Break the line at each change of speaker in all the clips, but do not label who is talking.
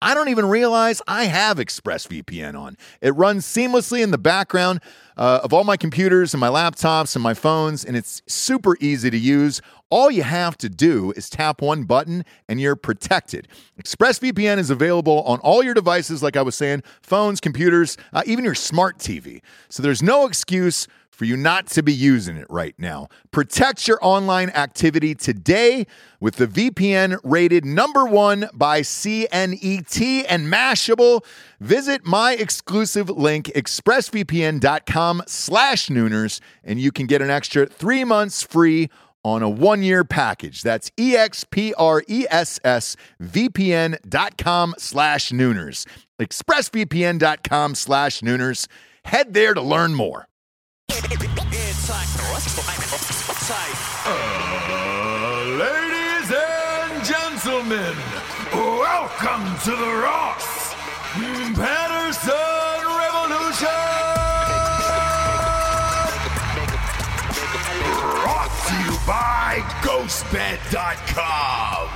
I don't even realize I have ExpressVPN on. It runs seamlessly in the background uh, of all my computers and my laptops and my phones, and it's super easy to use. All you have to do is tap one button and you're protected. ExpressVPN is available on all your devices, like I was saying phones, computers, uh, even your smart TV. So there's no excuse for you not to be using it right now. Protect your online activity today with the VPN rated number one by CNET and Mashable. Visit my exclusive link, expressvpn.com slash nooners, and you can get an extra three months free on a one-year package. That's E expressvpn.com slash nooners. expressvpn.com slash nooners. Head there to learn more. Ladies and gentlemen, welcome to the Ross Patterson Revolution! Brought to you by GhostBed.com.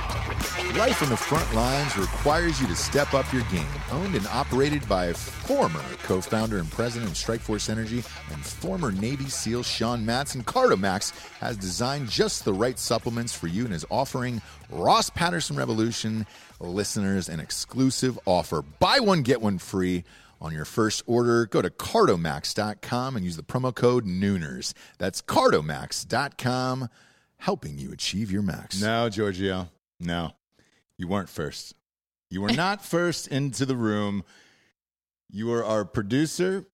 Life on the front lines requires you to step up your game. Owned and operated by former co founder and president of Strikeforce Energy and former Navy SEAL Sean Matson, Cardomax has designed just the right supplements for you and is offering Ross Patterson Revolution listeners an exclusive offer. Buy one, get one free on your first order, go to cardomax.com and use the promo code Nooners. That's cardomax.com, helping you achieve your max.
No, Giorgio. No. You weren't first. You were not first into the room. You are our producer.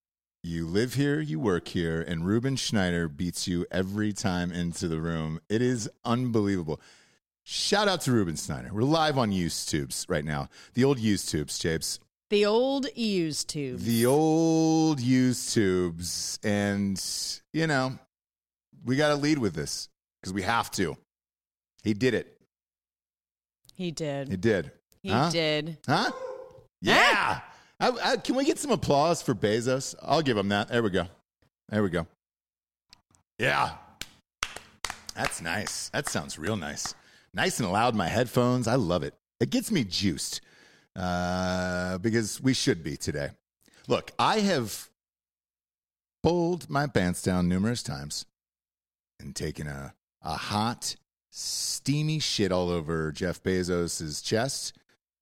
You live here, you work here, and Ruben Schneider beats you every time into the room. It is unbelievable. Shout out to Ruben Schneider. We're live on Tubes right now. The old Tubes, Japes.
The old used tube.
The old used tubes. And, you know, we got to lead with this because we have to. He did it.
He did.
He did.
He
huh?
did.
Huh? Yeah.
I, I, can we get some applause for Bezos? I'll give him that. There we go. There we go. Yeah. That's nice. That sounds real nice. Nice and loud in my headphones. I love it. It gets me juiced uh, because we should be today. Look, I have pulled my pants down numerous times and taken a, a hot, steamy shit all over Jeff Bezos' chest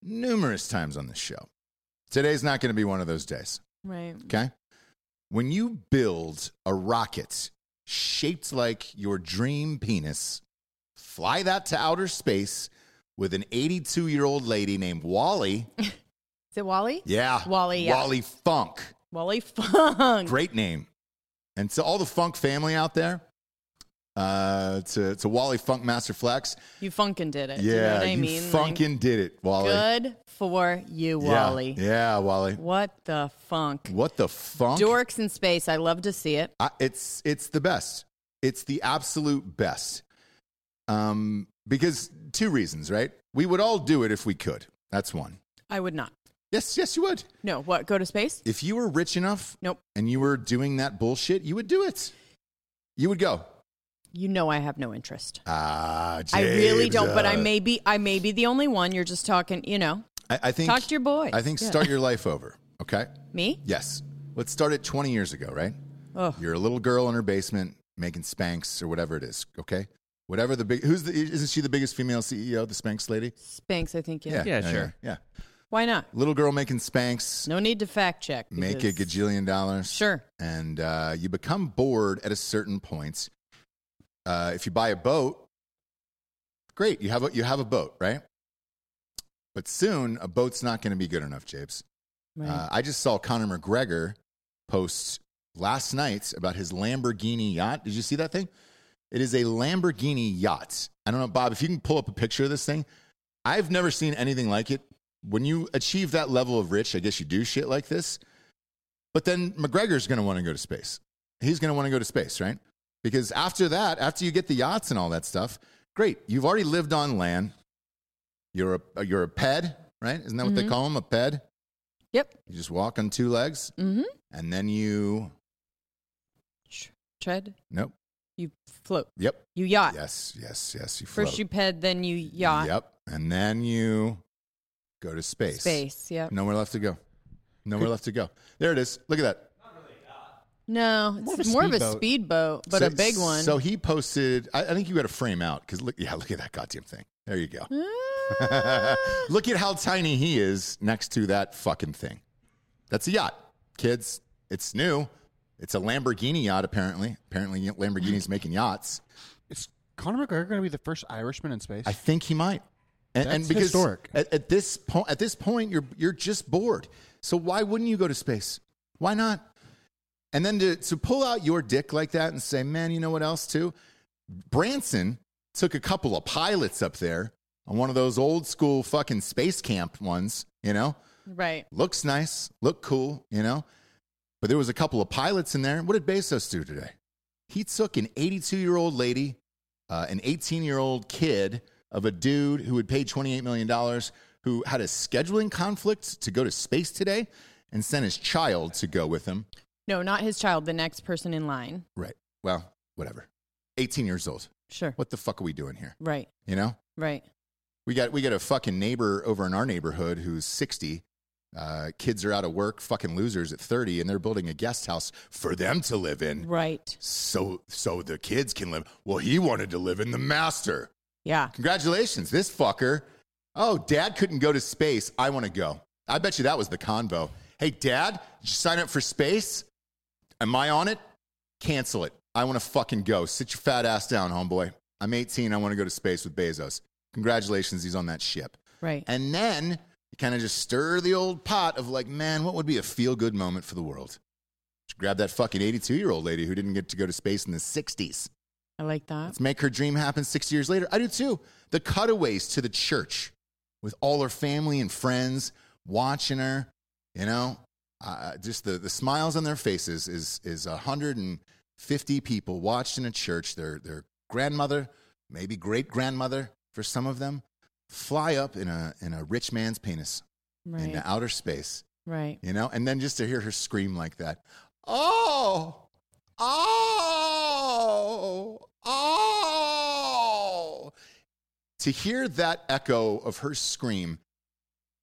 numerous times on this show. Today's not going to be one of those days.
Right.
Okay. When you build a rocket shaped like your dream penis, fly that to outer space with an 82 year old lady named Wally.
Is it Wally?
Yeah.
Wally, yeah.
Wally Funk.
Wally Funk.
Great name. And to all the Funk family out there, uh, to, to Wally Funk Master Flex.
You funkin' did it.
Yeah.
you know what I
you
mean? Like,
funkin' did it, Wally.
good for you,
Yeah.
Wally.
Yeah, Wally.
What the funk?
What the funk?
Dorks in space. I love to see it.
I, it's it's the best. It's the absolute best. Um, because two reasons, right? We would all do it if we could. That's one.
I would not.
Yes, yes, you would.
No. What? Go to space?
If you were rich enough
Nope.
and you were doing that bullshit, you would do it. You would go.
You know I have no interest.
Ah,
I really
James,
don't. But
uh,
I may be. I may be the only one. You're just talking. You know.
I, I think
Talk to your boy.
I think
Yeah.
start your life over. Okay.
Me?
Yes. Let's start it 20 years ago, right?
Oh.
You're a little girl in her basement making Spanx or whatever it is. Okay. Whatever the big, who's the, isn't she the biggest female CEO, the Spanx lady?
Spanx, I think. Yeah.
Yeah, sure.
Yeah.
Why not?
Little girl making Spanx,
No need to fact check.
make a
because-
gajillion dollars.
Sure.
And uh, you become bored at a certain point. Uh, if you buy a boat, great. You have a, you have a boat, right? But soon a boat's not going to be good enough, Japes.
Right.
Uh, I just saw Conor McGregor post last night about his Lamborghini yacht. Did you see that thing? It is a Lamborghini yacht. I don't know, Bob, if you can pull up a picture of this thing. I've never seen anything like it. When you achieve that level of rich, I guess you do shit like this. But then McGregor's going to want to go to space. He's going to want to go to space, right? Because after that, after you get the yachts and all that stuff, great. You've already lived on land. You're a, you're a ped, right? Isn't that what they call them? A ped?
yep.
You just walk on two legs
Mm-hmm.
and then you.
Tr- tread.
Nope.
You float.
Yep.
You yacht.
Yes, yes, yes. You float.
Ah. First you ped, then you yacht.
Yep. And then you go to space.
Space. Yep.
Nowhere left to go. Nowhere left to go. There it is. Look at that.
No,
More of
it's
a
more of a
speedboat.
speedboat, but
So-
a big one.
So he posted. I, I think you got to frame out because look. Yeah, look at that goddamn thing. There you go.
Uh, Ah.
look at how tiny he is next to that fucking thing. That's a yacht, kids. It's new. It's a Lamborghini yacht. Apparently, apparently Lamborghini's making yachts.
Is Conor McGregor going to be the first Irishman in space?
I think he might. And, and
That's
because
historic.
At, at this point, at this point, you're you're just bored. So why wouldn't you go to space? Why not? And then to to pull out your dick like that and say, man, you know what else too? Branson took a couple of pilots up there on one of those old school fucking space camp ones. You know,
right.
looks nice, look cool. You know, but there was a couple of pilots in there. What did Bezos do today? He took an 82 year old lady, uh, an 18 year old kid of a dude who had paid $28 million, who had a scheduling conflict to go to space today, and sent his child to go with him.
No, not his child, the next person in line.
Right. Well, whatever. 18 years old.
Sure.
What the fuck are we doing here?
Right.
You know?
Right.
We got we got a fucking neighbor over in our neighborhood who's sixty. Uh, kids are out of work, fucking losers at thirty, and they're building a guest house for them to live in.
Right.
So so the kids can live. Well, he wanted to live in the master.
Yeah.
Congratulations, this fucker. Oh, dad couldn't go to space. I want to go. I bet you that was the convo. Hey, dad, did you sign up for space? Am I on it? Cancel it. I want to fucking go. Sit your fat ass down, homeboy. I'm 18. I want to go to space with Bezos. Congratulations, he's on that ship.
Right.
And then you kind of just stir the old pot of like, man, what would be a feel good moment for the world? Just grab that fucking 82 year old lady who didn't get to go to space in the 60s.
I like that.
Let's make her dream happen six years later. I do too. The cutaways to the church with all her family and friends watching her, you know, uh, just the, the smiles on their faces is, is 150 people watched in a church, their, their grandmother, maybe great grandmother for some of them, fly up in a, in a rich man's penis
Right.
into outer space
Right.
you know? And then just to hear her scream like that, oh, oh, oh, to hear that echo of her scream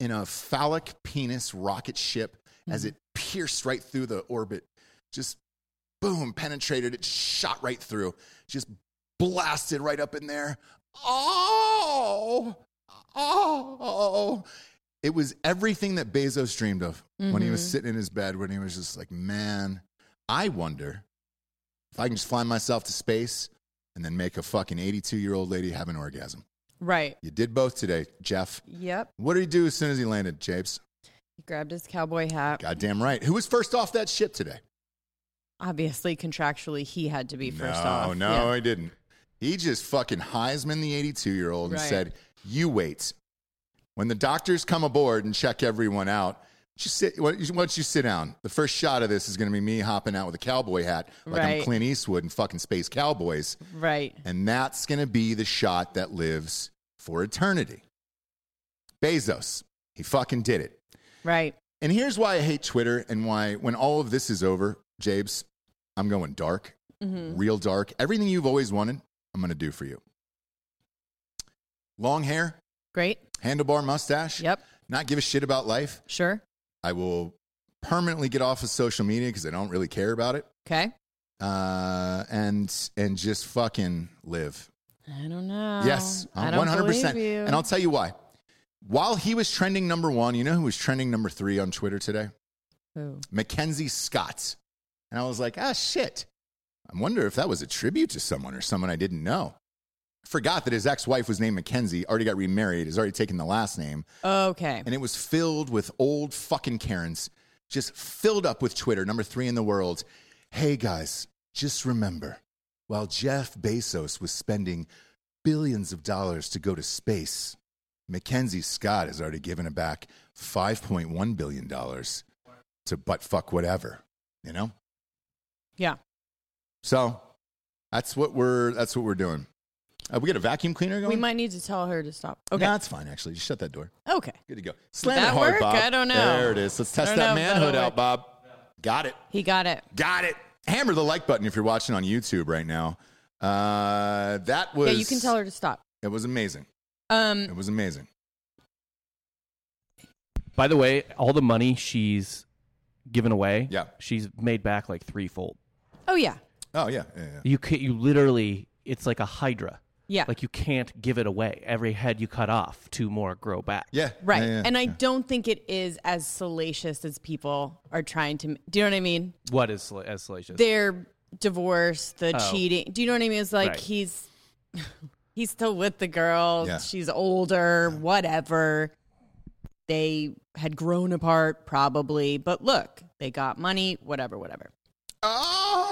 in a phallic penis rocket ship as it pierced right through the orbit, just boom, penetrated, it shot right through, just blasted right up in there. Oh, oh. It was everything that Bezos dreamed of when he was
Mhm.
sitting in his bed, when he was just like, man, I wonder if I can just fly myself to space and then make a fucking 82 year old lady have an orgasm.
Right.
You did both today, Jeff.
Yep.
What did he do as soon as he landed, Japes?
He grabbed his cowboy hat.
Goddamn right. Who was first off that ship today?
Obviously, contractually, he had to be first
no,
off.
No,
Yeah.
he didn't. He just fucking Heisman the 82 year old and
Right.
said, You wait. When the doctors come aboard and check everyone out, just sit, why don't you- why don't you sit down? The first shot of this is going to be me hopping out with a cowboy hat like I'm
Right.
Clint Eastwood in fucking Space Cowboys.
Right.
And that's going to be the shot that lives for eternity. Bezos, he fucking did it.
Right.
And here's why I hate Twitter and why, when all of this is over, Jabes, I'm going dark,
Mm-hmm.
real dark. Everything you've always wanted, I'm going to do for you. Long hair,
Great.
handlebar mustache.
Yep.
Not give a shit about life.
Sure.
I will permanently get off of social media because I don't really care about it.
Okay.
Uh, and and just fucking live.
I don't know.
Yes,
Oh, I
I'm
don't
100%.
believe you.
And I'll tell you why. While he was trending number one, you know who was trending number three on Twitter today?
Ooh.
Mackenzie Scott. And I was like, ah, shit. I wonder if that was a tribute to someone or someone I didn't know. Forgot that his ex wife was named Mackenzie, already got remarried, has already taken the last name.
Okay.
And it was filled with old fucking Karens, just filled up with Twitter, number three in the world. Hey guys, just remember while Jeff Bezos was spending billions of dollars to go to space, Mackenzie Scott has already given it back $5.1 billion to butt fuck whatever, you know?
Yeah.
So that's what we're, that's what we're doing. Uh, we got a vacuum cleaner going?
We might need to tell her to stop.
Okay.
Okay.
that's fine, actually. Just shut that door.
Okay.
Good to go. Slam it
that
hard,
work?
Bob.
I don't know.
There it is. Let's test
Don't
that
know if that'll
manhood out,
work.
Bob. Got it.
He got it.
Got it. Hammer the like button if you're watching on YouTube right now. Uh, that was.
yeah, you can tell her to stop.
It was amazing.
Um,
It was amazing.
By the way, all the money she's given away,
Yeah.
she's made back like threefold.
oh yeah.
Oh yeah, yeah, yeah.
You can, you literally, it's like a hydra.
Yeah.
Like you can't give it away. Every head you cut off, two more grow back.
yeah.
Right.
yeah, yeah,
and I
yeah.
don't think it is as salacious as people are trying to. Do you know what I mean?
What is sla- as salacious?
Their divorce, the
Oh.
cheating. Do you know what I mean? It's like
Right.
he's he's still with the girl.
Yeah.
She's older, whatever. They had grown apart probably, but look, they got money, whatever, whatever.
Oh.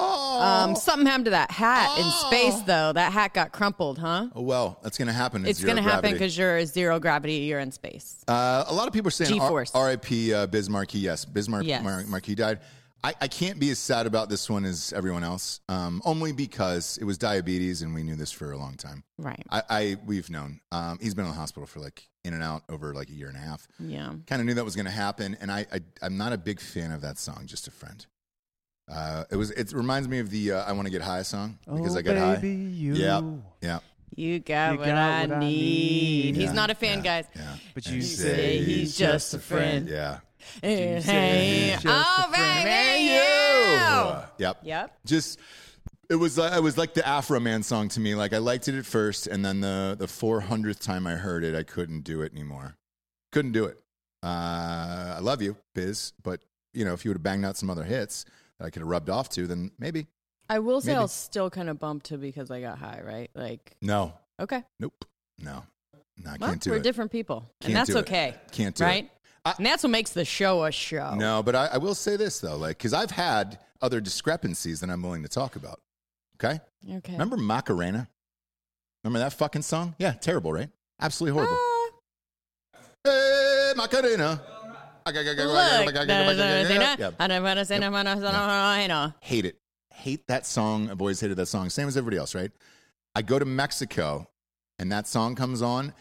Um, something happened to that hat in space though. That hat got crumpled, huh?
oh well, that's gonna happen.
It's
going
gonna
to
happen because you're a zero gravity. You're in space.
Uh, a lot of people are saying R-
G-force.
R.I.P. Uh, Biz Markie. Yes, Biz Mar-
Yes.
Mar- Markie died. I, I can't be as sad about this one as everyone else, um, only because it was diabetes, and we knew this for a long time.
Right.
I, I we've known um, he's been in the hospital for like in and out over like a year and a half.
Yeah.
Kind of knew that was going to happen, and I, I I'm not a big fan of that song. Just a friend. Uh, it was. It reminds me of the uh, "I Want to Get High" song
Oh,
because I got high.
you.
Yeah, yeah.
You got
You
what
got
I
what I
need.
need.
He's
Yeah,
not a fan, guys.
Yeah.
But
And
you
say he's just a friend.
Yeah.
Hey,
say
hey.
he's just
Oh,
a friend.
baby, you.
Uh, yep.
Yep.
Just it was like it was like the Afro Man song to me. Like I liked it at first, and then the the four hundredth time I heard it, I couldn't do it anymore. Couldn't do it. Uh, I love you, Biz, but you know if you would have banged out some other hits that I could have rubbed off to, then maybe
I will say
Maybe.
I was still kind of bumped to because I got high, right? Like,
no,
okay.
nope, no, no, I
Well,
can't do
we're
it.
different people.
Can't
and that's
do it.
okay.
Can't do it.
Right? and that's what makes the show a show.
No, but I, I will say this though, like because I've had other discrepancies that I'm willing to talk about. Okay.
Okay.
Remember Macarena? Remember that fucking song? Yeah, terrible, right? Absolutely
Ah,
horrible. Hey, Eh, Macarena.
Look.
Yeah.
I don't want to say no, no, no, no, no, no.
Hate it. Hate that song. I've always hated that song. Same as everybody else, right? I go to Mexico and that song comes on,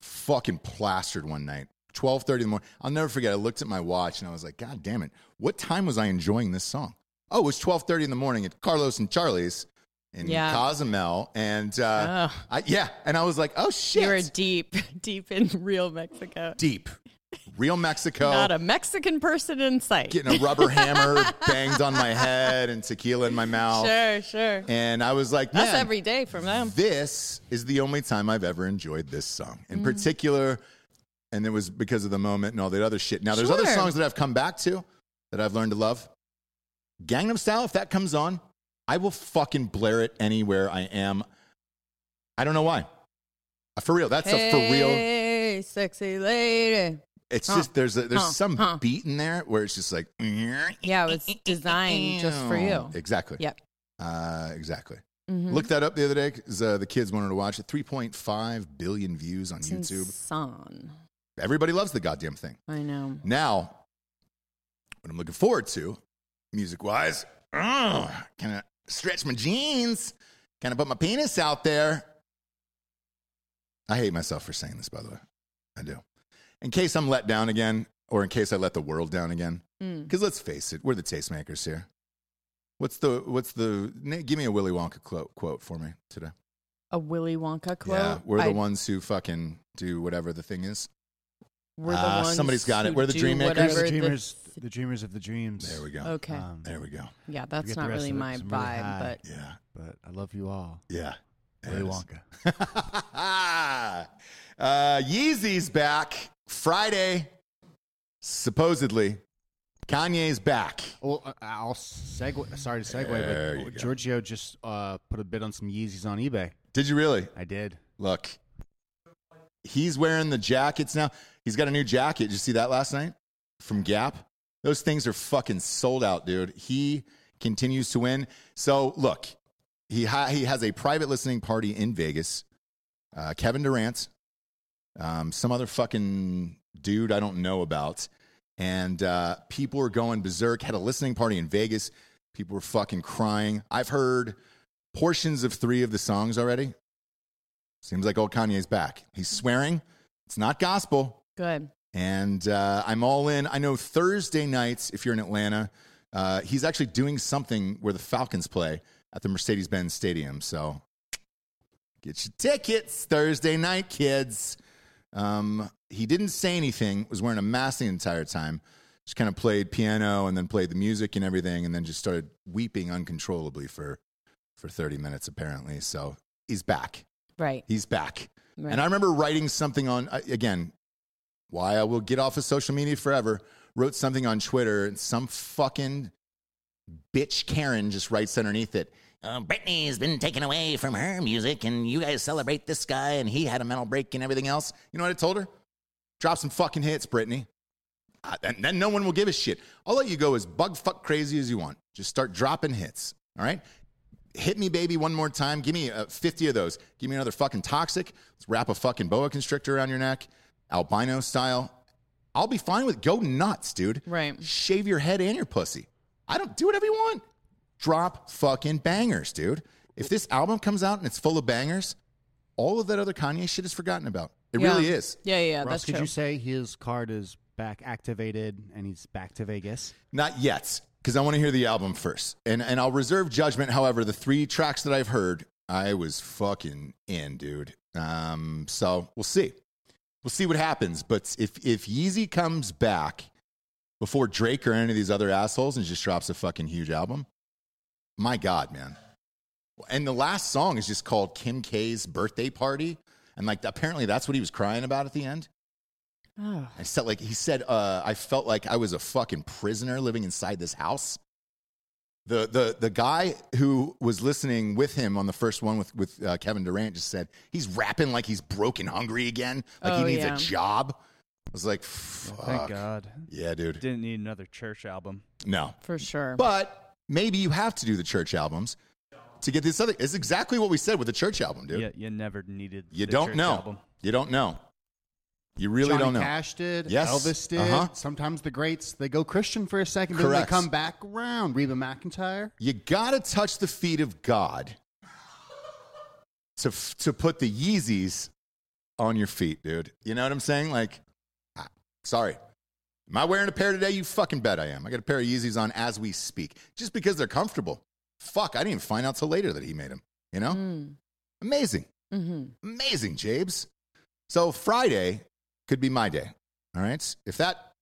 fucking plastered one night. twelve thirty in the morning. I'll never forget. I looked at my watch and I was like, God damn it! What time was I enjoying this song? Oh, it was twelve thirty in the morning at Carlos and Charlie's in
Yeah.
Cozumel, and uh,
Ugh.
I, yeah, and I was like, oh shit,
You were deep, deep in real Mexico.
deep, real Mexico.
Not a Mexican person in sight.
Getting a rubber hammer banged on my head and tequila in my mouth.
sure, sure.
And I was like,
That's
man,
every day from them.
This is the only time I've ever enjoyed this song
Mm.
in particular. And it was because of the moment and all that other shit. Now, there's other
Sure.
songs that I've come back to that I've learned to love. Gangnam Style, if that comes on, I will fucking blare it anywhere I am. I don't know why. Uh, For real, that's a for real.
Hey, sexy lady.
It's
huh,
just there's a, there's
huh,
some
huh.
beat in there where it's just like
Yeah, it was designed just for you.
exactly.
Yep.
Uh, exactly.
Mhm.
Looked that up the other day because uh, the kids wanted to watch it. 3.5 billion views on YouTube.
Son.
Everybody loves the goddamn thing.
I know.
Now, what I'm looking forward to, music wise, kind of stretch my jeans, kind of put my penis out there. I hate myself for saying this, by the way. I do. In case I'm let down again, or in case I let the world down again,
Mm.
because let's face it, we're the tastemakers here. What's the, what's the, na- give me a Willy Wonka quote, quote for me today.
A Willy Wonka quote.
Yeah, we're
I-
the ones who fucking do whatever the thing is.
We're the
Ah,
ones
somebody's got it.
who
We're the
do
dream makers.
We're
whatever
the
the-
dreamers, the, dreamers of the dreams.
There we go.
Okay.
Um,
There we go.
yeah, that's
forget the
not
rest
really
of it
my
'cause I'm really
vibe,
high.
but
Yeah.
But I love you all.
Yeah.
Willy
There it is.
Wonka.
uh, Yeezy's back Friday, supposedly. Kanye's back.
Well, I- I'll segue. Sorry to segue,
There you
but
go.
Giorgio just uh, put a bid on some Yeezys on eBay.
Did you really?
I did.
Look, he's wearing the jackets now. He's got a new jacket. Did you see that last night from Gap? Those things are fucking sold out, dude. He continues to win. So look, he ha- he has a private listening party in Vegas. Uh, Kevin Durant, um, some other fucking dude I don't know about, and uh, people were going berserk. Had a listening party in Vegas. People were fucking crying. I've heard portions of three of the songs already. Seems like old Kanye's back. He's swearing. It's not gospel.
good.
And uh, I'm all in. I know Thursday nights, if you're in Atlanta, uh, he's actually doing something where the Falcons play at the Mercedes Benz Stadium. So get your tickets Thursday night, kids. Um, he didn't say anything, was wearing a mask the entire time. Just kind of played piano and then played the music and everything, and then just started weeping uncontrollably for, for 30 minutes, apparently. So he's back.
Right.
He's back.
Right.
And I remember writing something on, I- again, why I will get off of social media forever. Wrote something on Twitter, and some fucking bitch Karen just writes underneath it. "Oh,
uh, Britney's been taken away from her music, and you guys celebrate this guy, and he had a mental break and everything else.
You know what I told her? Drop some fucking hits, Brittany. Uh, and then no one will give a shit. I'll let you go as bug fuck crazy as you want. Just start dropping hits. All right? Hit me, baby, one more time. Give me uh, 50 of those. Give me another fucking toxic. Let's wrap a fucking boa constrictor around your neck, albino style. I'll be fine with go nuts, dude.
Right.
Shave your head and your pussy. I don't do whatever you want. Drop fucking bangers, dude. If this album comes out and it's full of bangers, all of that other Kanye shit is forgotten about. It
Yeah.
really is.
Yeah, yeah, yeah,
Ross,
Oh, that's
could
true.
you say his card is back activated and he's back to Vegas?
Not yet, because I want to hear the album first. And, and I'll reserve judgment. However, the three tracks that I've heard, I was fucking in, dude. Um, so we'll see. We'll see what happens. But if, if Yeezy comes back before Drake or any of these other assholes and just drops a fucking huge album, my God, man. And the last song is just called Kim K's Birthday Party. And like, apparently that's what he was crying about at the end.
Oh,
I felt like he said, uh, I felt like I was a fucking prisoner living inside this house. The, the, the guy who was listening with him on the first one with, with uh, Kevin Durant just said, he's rapping like he's broken hungry again. Like
Oh,
he needs
yeah.
a job. I was like,
Oh,
fuck.
Thank God.
Yeah, dude.
Didn't need another church album.
No.
for sure.
But maybe you have to do the church albums to get this other. It's exactly what we said with the church album, dude.
Yeah, you never needed.
You
the
don't
church
know.
album.
You don't know. You really
Johnny
don't know.
Cash did.
Yes.
Elvis did.
Uh-huh.
Sometimes the greats they go Christian for a second, but then they
Correct.
come back around. Reba McIntyre.
you gotta touch the feet of God to to put the Yeezys on your feet, dude. You know what I'm saying? Like, I, Sorry. Am I wearing a pair today? You fucking bet I am. I got a pair of Yeezys on as we speak, just because they're comfortable. Fuck, I didn't even find out till later that he made them. You know, amazing,
Hmm. Mm-hmm.
amazing, Jabes. So Friday could be my day. All right. If that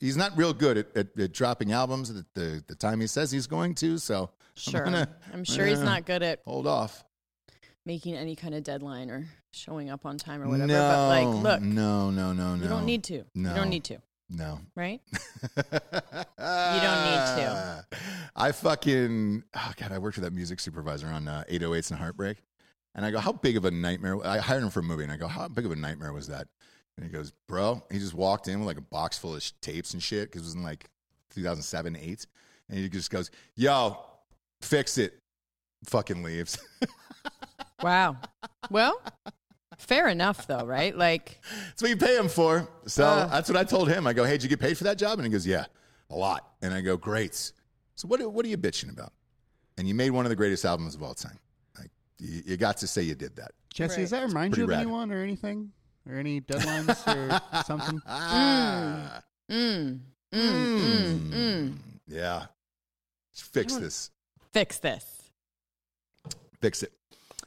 he's not real good at, at, at dropping albums at the, the time he says he's going to, so
Sure. I'm,
gonna-
sure he's
yeah.
not good at
hold off.
making any kind of deadline or showing up on time or whatever. but like, look,
no, no, no, no.
you don't need to. You
No.
don't need to,
no.
right?
you don't need
to.
I fucking oh god, I worked with that music supervisor on uh, 808s and Heartbreak, and I go, how big of a nightmare? I hired him for a movie, and I go, how big of a nightmare was that? And he goes, bro, he just walked in with like a box full of sh- tapes and shit because it was in like 2007, eight, and he just goes, yo, fix it, fucking leaves.
Wow. Well, fair enough though, right? Like,
That's what you pay him for. So
Uh.
that's what I told him. I go, hey, did you get paid for that job? And he goes, yeah, a lot. And I go, great. So what, what are you bitching about? And you made one of the greatest albums of all time. Like you, you got to say you did that.
Jesse, does that remind
pretty
you of
rad.
anyone or anything? Or any deadlines or something?
Oh, Ah.
mm, mm, mm, mm.
Yeah. Let's fix this.
fix this.
Fix it.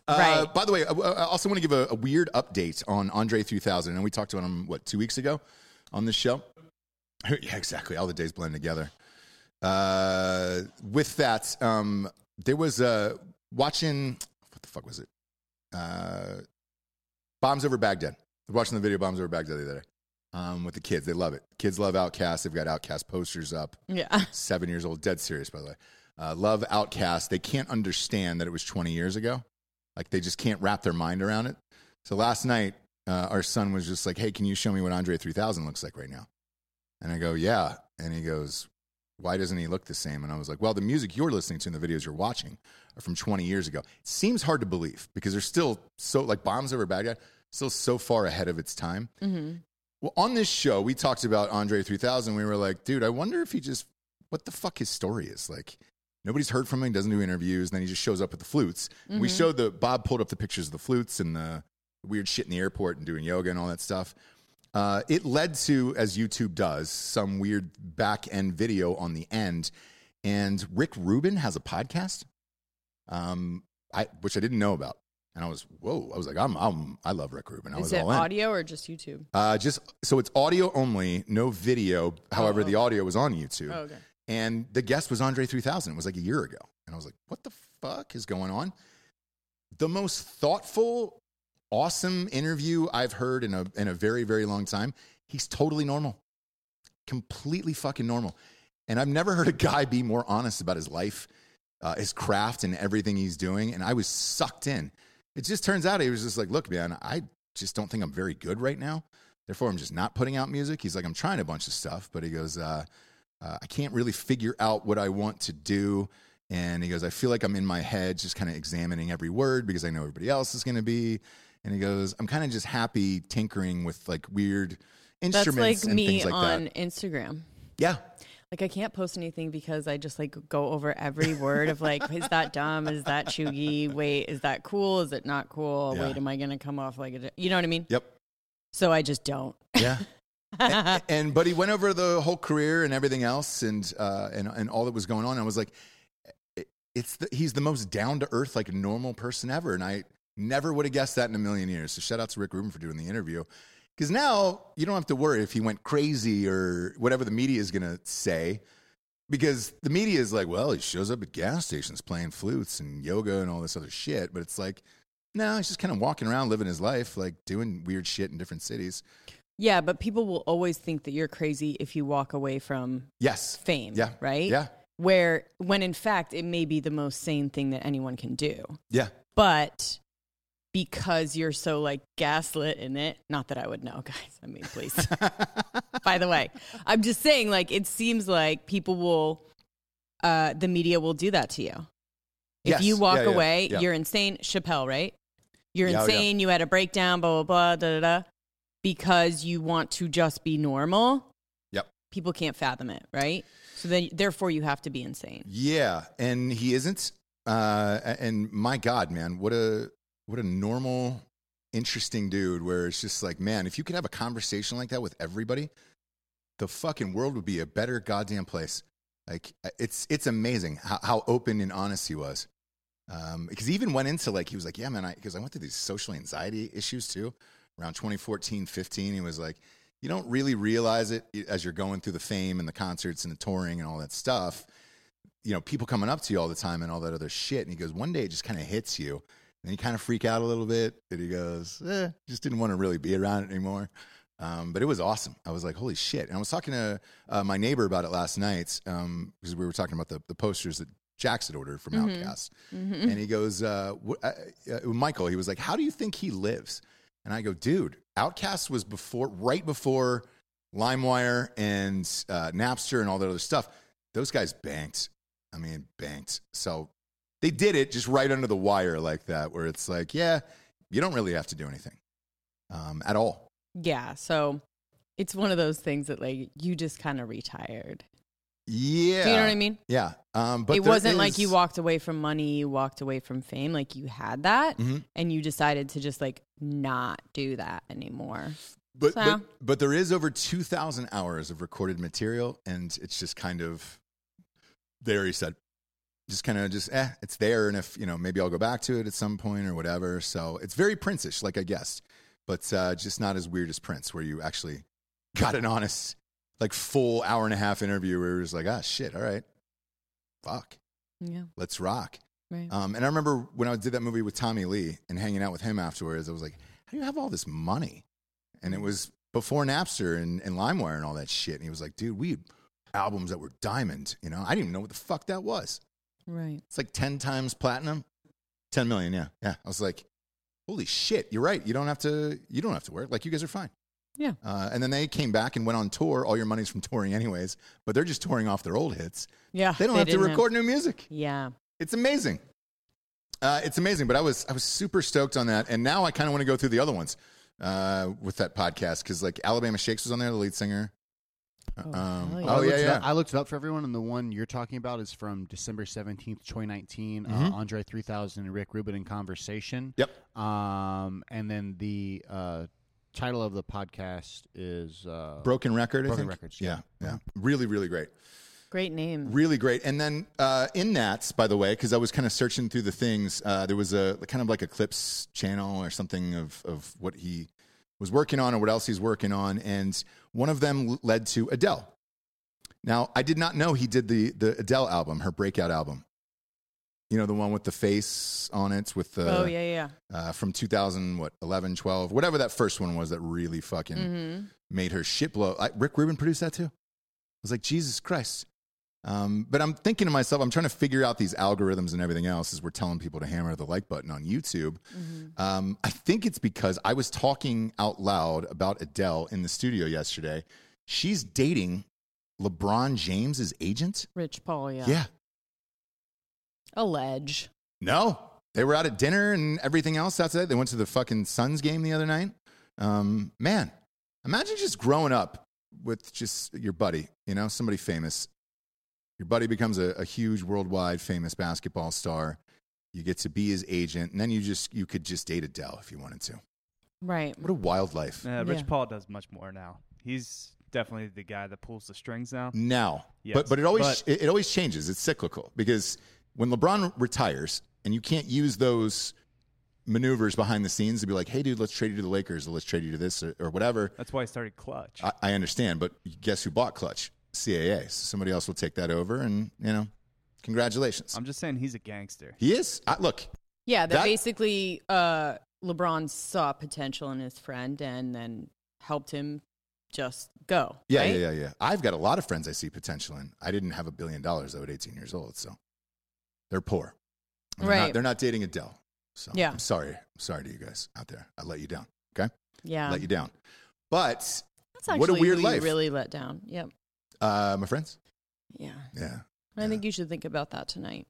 Uh,
Right.
By the way, I, I also want to give a, a weird update on Andre 3000. And we talked about him, what, two weeks ago on this show? yeah, exactly. All the days blend together. Uh, with that, um, there was uh, watching, what the fuck was it? Uh, Bombs Over Baghdad. Watching the video Bombs Over Baghdad the other day um, with the kids. They love it. Kids love Outcast. They've got Outcast posters up
Yeah.
seven years old, dead serious, by the way. Uh, love Outcast. They can't understand that it was 20 years ago. Like they just can't wrap their mind around it. So last night, uh, our son was just like, "Hey, can you show me what Andre 3000 looks like right now?" And I go, "Yeah." And he goes, "Why doesn't he look the same?" And I was like, "Well, the music you're listening to and the videos you're watching are from 20 years ago." It seems hard to believe because they're still so like bombs over Baghdad, still so far ahead of its time.
Mm-hmm.
Well, on this show, we talked about Andre 3000. We were like, dude, I wonder if he just, what the fuck his story is. Like, nobody's heard from him. He doesn't do interviews. And then he just shows up with the flutes. And
Mm-hmm.
We showed the, Bob pulled up the pictures of the flutes and the weird shit in the airport and doing yoga and all that stuff. Uh, it led to, as YouTube does, some weird back end video on the end. And Rick Rubin has a podcast, um, I, which I didn't know about. And I was, whoa, I was like, I'm, I'm, I love Rick Rubin. I was
Is it
all in.
audio or just YouTube?
Uh, just so it's audio only, no video. However, the audio was on YouTube,
Oh, okay.
and the guest was Andre 3000. It was like a year ago, and I was like, "What the fuck is going on?" The most thoughtful, awesome interview I've heard in a in a very very long time. He's totally normal, completely fucking normal, and I've never heard a guy be more honest about his life, uh, his craft, and everything he's doing. And I was sucked in. It just turns out he was just like, "Look, man, I just don't think I'm very good right now." therefore i'm just not putting out music he's like i'm trying a bunch of stuff but he goes uh, uh, i can't really figure out what i want to do and he goes i feel like i'm in my head just kind of examining every word because i know everybody else is going to be and he goes i'm kind of just happy tinkering with like weird
That's
instruments
like
and
me
things like
on
that
Instagram.
yeah
Like I can't post anything because I just like go over every word of like, is that dumb? Is that chuggy? Wait, is that cool? Is it not cool?
Yeah.
Wait, am I gonna come off like a? You know what I mean?
yep
So I just don't.
yeah and, and- but he went over the whole career and everything else and uh and and all that was going on i was like it- it's the, he's the most down to earth like normal person ever and i never would have guessed that in a million years so shout out to rick rubin for doing the interview because now you don't have to worry if he went crazy or whatever the media is going to say because the media is like well he shows up at gas stations playing flutes and yoga and all this other shit but it's like no he's just kind of walking around living his life like doing weird shit in different cities
Yeah, but people will always think that you're crazy if you walk away from
yes
fame.
Yeah.
Right?
Yeah.
Where, when in fact, it may be the most sane thing that anyone can do.
Yeah.
But because you're so like gaslit in it, not that I would know, guys. I mean, please. By the way, I'm just saying, like, it seems like people will, uh, the media will do that to you. If
Yes.
you walk
Yeah, yeah,
away,
yeah.
you're insane. Chappelle, right? You're
Yeah, oh, yeah.
insane. You had a breakdown, blah, blah, blah, da, da, da. Because you want to just be normal
Yep.
people can't fathom it, right? So then, therefore, you have to be insane.
Yeah, and he isn't. Uh, and my God, man, what a what a normal, interesting dude. Where it's just like, man, if you could have a conversation like that with everybody, the fucking world would be a better goddamn place. Like it's it's amazing how, how open and honest he was. Um, because he even went into like he was like, yeah, man, I because I went through these social anxiety issues too around 2014, 15. He was like, you don't really realize it as you're going through the fame and the concerts and the touring and all that stuff. You know, people coming up to you all the time and all that other shit. And he goes, one day it just kind of hits you. And you kind of freak out a little bit. And he goes, eh, just didn't want to really be around it anymore. Um, but it was awesome. I was like, holy shit. And I was talking to uh, my neighbor about it last night because we were talking about the, the posters that Jax had ordered from Outcast.
Mm-hmm.
And he goes, uh, wh- uh, uh, Michael, he was like, how do you think he lives? And I go, dude, Outcast was before, right before LimeWire and uh, Napster and all that other stuff. Those guys banked. I mean, banked. So they did it just right under the wire like that, where it's like, yeah, you don't really have to do anything um, at all.
Yeah. So it's one of those things that like you just kind of retired.
Yeah.
Do you know what I mean?
Yeah. Um, but
it
there
wasn't like
is-
you walked away from money, you walked away from fame. Like you had that
Mhm.
and you decided to just like not do that anymore.
But,
So-
but but there is over two thousand hours of recorded material, and it's just kind of there. He said, just kind of just eh, it's there, and if you know, maybe I'll go back to it at some point or whatever. So it's very Prince-ish, like I guessed, but uh, just not as weird as Prince, where you actually got an honest, like full hour and a half interview where it was like, ah, shit, all right, fuck,
Yeah.
let's rock.
Right.
Um, and I remember when I did that movie with Tommy Lee and hanging out with him afterwards, I was like, how do you have all this money? And it was before Napster and, and LimeWire and all that shit. And he was like, dude, we had albums that were diamond, you know? I didn't even know what the fuck that was.
right.
It's like 10 times platinum. 10 million, yeah. Yeah. I was like, holy shit, you're right. You don't have to, you don't have to work. Like you guys are fine.
Yeah.
Uh, and then they came back and went on tour. All your money's from touring anyways, but they're just touring off their old hits.
Yeah.
They don't have to
didn't
record new music.
yeah.
It's amazing. Uh, it's amazing. But I was I was super stoked on that, and now I kind of want to go through the other ones uh, with that podcast because like Alabama Shakes was on there, the lead singer.
Oh,
um,
hell
oh
yeah.
I
yeah,
looked it
yeah.
up- I looked it up for everyone, and the one you're talking about is from December seventeenth, twenty
Mhm.
Uh, Andre three thousand and Rick Rubin in conversation.
Yep.
Um, and then the uh, title of the podcast is uh,
Broken Record. I
Broken
think.
Records,
Yeah,
yeah.
yeah. Really, really great.
Great name.
Really great. And then uh, in that, by the way, because I was kind of searching through the things, uh, there was a kind of like a clips channel or something of, of what he was working on or what else he's working on. And one of them l- led to Adele. Now, I did not know he did the, the Adele album, her breakout album. You know, the one with the face on it, with the,
oh, yeah, yeah.
uh, from 2000, what, 11, 12, whatever that first one was that really fucking
Mm-hmm.
made her shit blow. I, Rick Rubin produced that too. I was like, Jesus Christ. Um, but I'm thinking to myself, I'm trying to figure out these algorithms and everything else as we're telling people to hammer the like button on YouTube.
mm-hmm.
Um, I think it's because I was talking out loud about Adele in the studio yesterday. She's dating LeBron James's agent.
Rich Paul, yeah.
yeah.
Allege.
No, they were out at dinner and everything else after that. They went to the fucking Suns game the other night. Um, man, imagine just growing up with just your buddy, you know, somebody famous. Your buddy becomes a, a huge worldwide famous basketball star. You get to be his agent, and then you just you could just date Adele if you wanted to.
Right.
What a wild life!
Uh, Rich
Yeah.
Paul does much more now. He's definitely the guy that pulls the strings now.
now.
Yes.
But but it always
But-
it, it always changes. It's cyclical because when LeBron retires and you can't use those maneuvers behind the scenes to be like, hey dude, let's trade you to the Lakers or let's trade you to this or, or whatever.
That's why he started Clutch.
I, I understand, but guess who bought Clutch? CAA. So somebody else will take that over, and you know, congratulations.
I'm just saying he's a gangster.
he is. I, look,
Yeah, that,
That-
basically uh, LeBron saw potential in his friend and then helped him just go.
Yeah,
right?
yeah, yeah, yeah. I've got a lot of friends I see potential in. I didn't have a billion dollars though at 18 years old, so they're poor. And They're not,
Right.
they're not dating Adele. So
Yeah.
I'm sorry. I'm sorry to you guys out there. I let you down. Okay.
Yeah.
Let you down. But
That's
What
actually
a weird
who
life.
you really let down. Yep.
uh, my friends,
Yeah.
yeah.
I think you should think about that tonight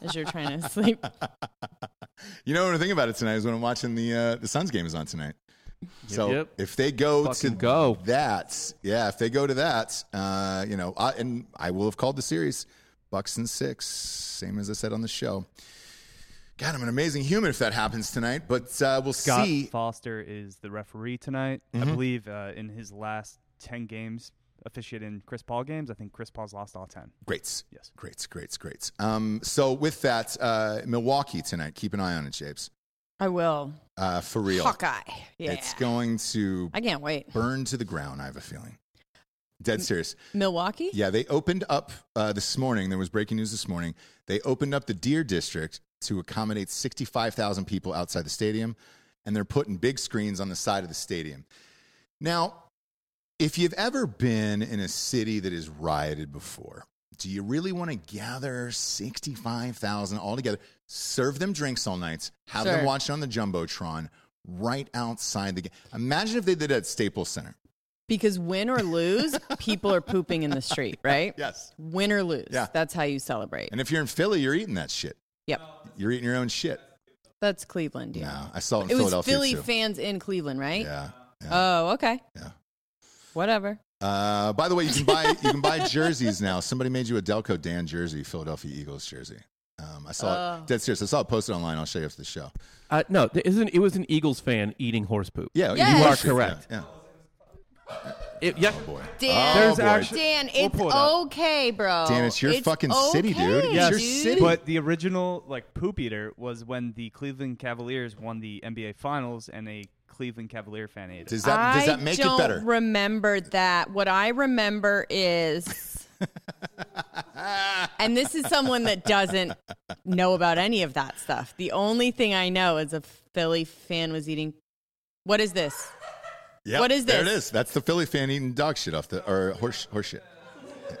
as you're trying to sleep.
You know what I think about it tonight is when I'm watching the uh, the Suns game is on tonight. So
yep.
if they go to
Fucking go.
that, yeah, if they go to that, uh, you know, I, and I will have called the series Bucks and six, same as I said on the show. God, I'm an amazing human if that happens tonight, but uh, we'll
Scott
see. Mm-hmm.
Foster is the referee tonight. I believe uh, in his last 10 games, officiated in Chris Paul games. I think Chris Paul's lost all ten.
Greats.
Yes.
Greats, greats, greats. Um, so with that, uh, Milwaukee tonight. Keep an eye on it, Japes.
I will.
Uh, for real.
Hawkeye. Yeah.
It's going to
I can't wait.
burn to the ground, I have a feeling. Dead serious.
Milwaukee?
Yeah, they opened up uh, this morning. There was breaking news this morning. They opened up the Deer District to accommodate 65,000 people outside the stadium, and they're putting big screens on the side of the stadium. Now, if you've ever been in a city that has rioted before, do you really want to gather 65,000 all together, serve them drinks all nights, have them
Sure.
watch it on the Jumbotron right outside the game? Imagine if they did that at Staples Center.
Because win or lose, people are pooping in the street, right?
Yes.
Win or lose.
Yeah.
That's how you celebrate.
And if you're in Philly, you're eating that shit.
Yep.
You're eating your own shit.
That's Cleveland. Yeah.
No, I saw it in
It was
Philadelphia
Philly
too.
fans in Cleveland, right?
yeah, yeah.
Oh, okay.
Yeah.
Whatever.
Uh, by the way, you can buy you can buy jerseys now. Somebody made you a Delco Dan jersey, Philadelphia Eagles jersey. Um, I saw
Oh.
it. Dead serious. I saw it posted online. I'll show you after the show.
Uh, no, th- isn't it was an Eagles fan eating horse poop?
Yeah,
Yes.
You are
shit, yeah,
correct.
Yeah,
It- yeah.
Oh, boy.
Dan,
Oh,
There's
boy.
actually-
Dan,
We'll
it's
pull it up.
okay, bro.
Dan, it's your fucking city, dude.
okay,
It's your
dude.
city.
But the original like poop eater was when the Cleveland Cavaliers won the NBA Finals, and a Cleveland Cavalier fan ate it.
Does that does
I
that make
don't
it better?
remember that. What I remember is, and this is someone that doesn't know about any of that stuff. The only thing I know is a Philly fan was eating. What is this?
Yep,
what is
There it
this?
is. That's the Philly fan eating dog shit off the or horse horse shit.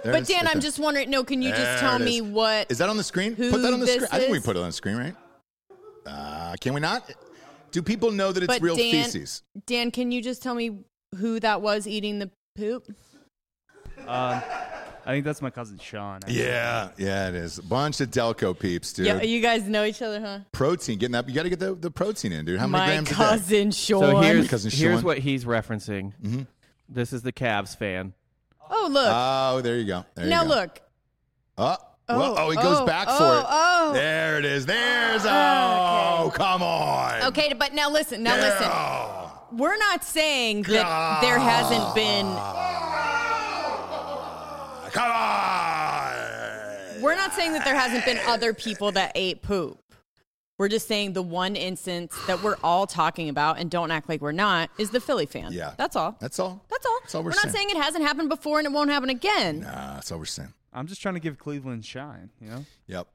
There it
But
is,
Dan,
right
I'm
there.
just wondering. No, can you
There
just tell
it
me
is.
what?
Is that on the screen?
who
put that on the
this
screen. I think we
is?
put it on the screen, right? Uh, can we not? Do people know that it's
But
real
Dan-
feces?
Dan, can you just tell me who that was eating the poop?
Um, I think that's my cousin Sean. actually.
Yeah, yeah, it is. Bunch of Delco peeps, dude.
Yeah, you guys know each other, huh?
protein, getting that. You got to get the, the protein in, dude. How many
My
grams a day?
cousin Sean.
So here's
Cousin
here's
Sean.
what he's referencing.
Mhm.
This is the Cavs fan.
oh, look.
Oh, there you go. There you
now
go.
look.
Oh, well,
Oh,
oh, he goes
oh,
back for
oh,
it.
oh.
There it is. There's oh, come on.
Okay, but now listen. Now listen.
Yeah.
We're not saying that there hasn't been.
Come on.
We're not saying that there hasn't been other people that ate poop. We're just saying the one instance that we're all talking about and don't act like we're not is the Philly fan.
Yeah.
that's all.
That's all.
That's all.
That's all we're,
we're
saying.
not saying it hasn't happened before and it won't happen again.
Nah, that's all we're saying.
I'm just trying to give Cleveland shine. You know,
Yep.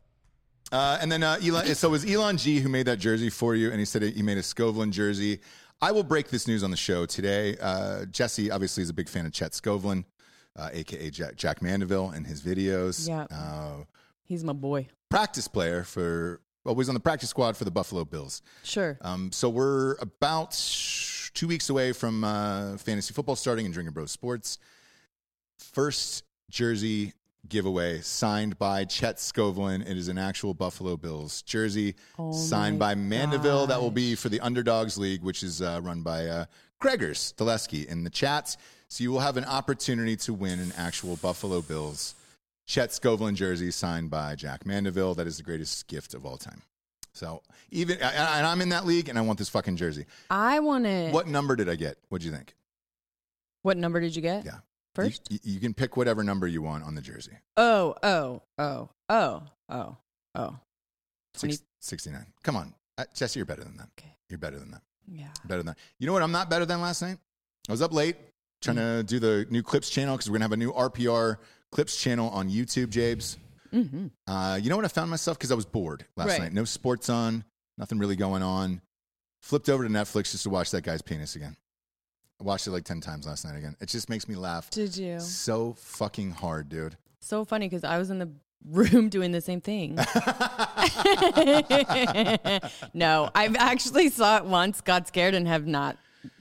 Uh, and then uh, Elon, so it was Elon G who made that jersey for you, and he said he made a Scoveland jersey. I will break this news on the show today. Uh, Jesse obviously is a big fan of Chet Scoveland, uh, aka Jack, Jack Mandeville, and his videos.
Yep.
Uh,
He's my boy.
practice player for always on the practice squad for the Buffalo Bills.
Sure.
Um, so we're about two weeks away from uh, fantasy football starting in Drinking Bros Sports. First jersey giveaway signed by Chet Scovelin. It is an actual Buffalo Bills jersey
Oh
signed
my
by Mandeville. That will
gosh.
be for the Underdogs League, which is uh, run by uh, Gregors Stileski in the chats. So you will have an opportunity to win an actual Buffalo Bills Chet Scovelin jersey signed by Jack Mandeville. That is the greatest gift of all time. So even and- and I'm in that league, and I want this fucking jersey.
I want to.
What number did I get? What do you think?
What number did you get?
Yeah,
First.
You, you can pick whatever number you want on the jersey.
Oh, oh, oh, oh, oh, oh.
Six,
Twenty-
69. Come on, Uh, Jesse, you're better than that.
Okay.
You're better than that.
Yeah.
Better than that. You know what? I'm not better than last night. I was up late trying
Mm-hmm.
to do the new clips channel because we're gonna have a new RPR clips channel on YouTube, Jabes.
Mm-hmm.
Uh, you know what I found myself because I was bored last
Right.
night. No sports on, nothing really going on. Flipped over to Netflix just to watch that guy's penis again. I watched it like ten times last night again. It just makes me laugh
Did you?
so fucking hard, dude.
So funny because I was in the room doing the same thing. no, I've actually saw it once, got scared, and have not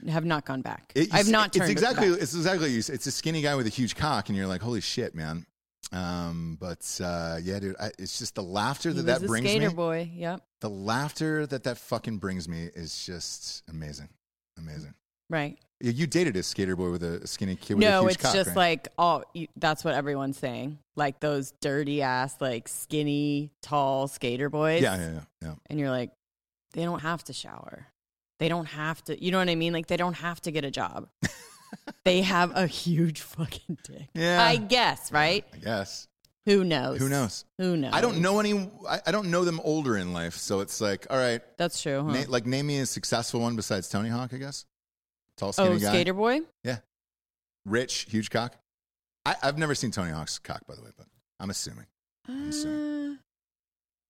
have not gone back.
It- you
I've
see-
not
It's
turned. it
exactly.
back.
It's exactly. you s- It's a skinny guy with a huge cock, and you're like, holy shit, man. Um, but uh, yeah, dude, I, it's just the laughter
He
that that
was a
brings
skater
me.
boy. Yep.
The laughter that that fucking brings me is just amazing, amazing.
Right.
You- You dated a skater boy with a skinny kid with a
No,
huge
it's
cock,
just
right?
like all. You, that's what everyone's saying. Like those dirty ass, like skinny, tall skater boys.
yeah, yeah, yeah, yeah.
and you're like, they don't have to shower. They don't have to, you know what I mean? Like, they don't have to get a job. they have a huge fucking dick.
Yeah.
I guess, right?
I guess.
Who knows?
Who knows?
Who knows?
I don't know any. I, I don't know them older in life, so it's like, all right,
That's true. Huh?
na- like name me a successful one besides Tony Hawk, I guess. Tall, skinny
oh,
guy,
Skater Boy?
rich, huge cock. I, I've never seen Tony Hawk's cock, by the way, but I'm assuming.
Uh,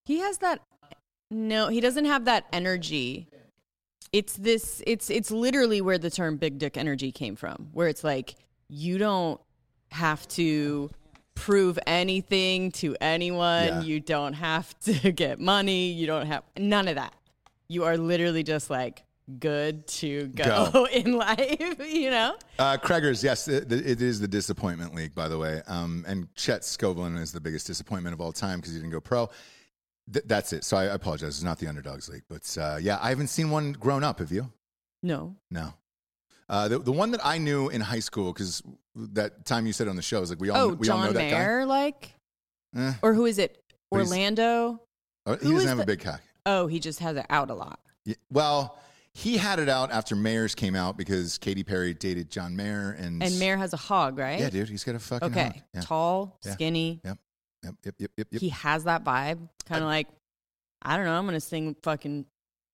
he has that. No, he doesn't have that energy. It's this. It's it's literally where the term "big dick energy" came from. Where it's like you don't have to prove anything to anyone.
Yeah.
You don't have to get money. You don't have none of that. You are literally just like good to go,
Go.
in life. You know.
Uh, Craigers, yes, it, it is the disappointment league, by the way. Um, and Chet Scovlin is the biggest disappointment of all time because he didn't go pro. Th- that's it. So I, I apologize. It's not the underdogs league, but uh, yeah, I haven't seen one grown up. Have you?
No.
No. Uh, the, the one that I knew in high school because that time you said on the show is like we all
oh,
we all know
John
that
Mayer, like,
guy. Eh,
or who is it?
But he's-
Orlando.
oh,
Who
he doesn't
is
have a
the-
big cock.
Oh, he just has it out a lot.
Y- Well, he had it out after Mayer's came out because Katy Perry dated John Mayer and
And Mare has a hog, right?
Yeah, dude, he's got a fucking
okay.
hog. Yeah.
Tall,
Yeah.
skinny.
Yep, yep, yep, yep, yep.
He has that vibe. Kind of like, I don't know, I'm going to sing fucking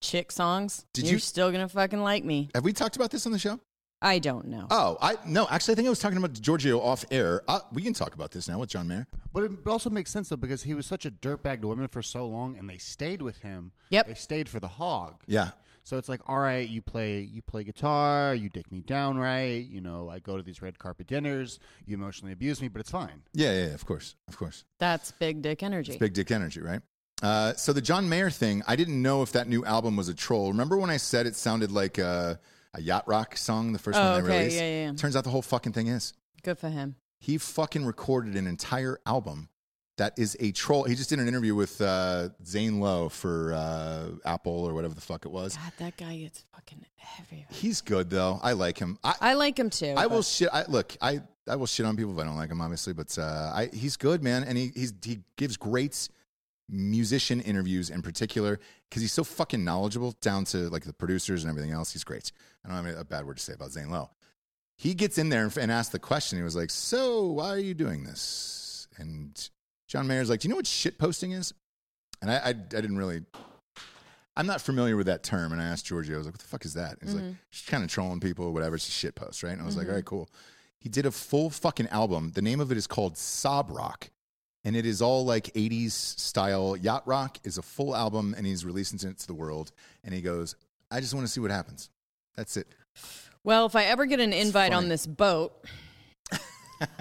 chick songs.
Did
You're
you-
still going to fucking like me.
Have we talked about this on the show?
I don't know.
Oh, I no. Actually, I think I was talking about Giorgio off air. Uh, we can talk about this now with John Mayer.
But it also makes sense though because he was such a dirtbag to women for so long, and they stayed with him.
Yep.
They stayed for the hog.
Yeah,
So it's like, all right, you play, you play guitar, you dick me down right, you know, I go to these red carpet dinners, you emotionally abuse me, but it's fine.
yeah, yeah. yeah, Of course, of course.
That's big dick energy.
It's big dick energy, right? Uh, so the John Mayer thing, I didn't know if that new album was a troll. Remember when I said it sounded like a, a yacht rock song, the first
Oh,
one they
okay,
released?
yeah, yeah, yeah.
Turns out the whole fucking thing is
Good for him.
he fucking recorded an entire album that is a troll. He just did an interview with uh, Zane Lowe for uh, Apple or whatever the fuck it was.
God, that guy gets fucking everywhere.
He's good though. I like him. I,
I like him too.
I
but-
will shit. I, look, I, I will shit on people if I don't like him, obviously. But uh, I, he's good, man, and he he's, he gives great musician interviews in particular because he's so fucking knowledgeable down to like the producers and everything else. He's great. I don't have a bad word to say about Zane Lowe. He gets in there and, and asks the question. He was like, "So why are you doing this?" And John Mayer's like, "Do you know what shit posting is?" And I, I, I didn't really. I'm not familiar with that term, and I asked Giorgio, I was like, "What the fuck is that?" And he's like, "Just kind of trolling people, or whatever. It's a shit post, right?" And I was like, "All right, cool." He did a full fucking album. The name of it is called Sob Rock, and it is all like 80s style yacht rock. is a full album, and he's releasing it to the world. And he goes, "I just want to see what happens. That's it."
Well, if I ever get an invite
funny.
on this boat,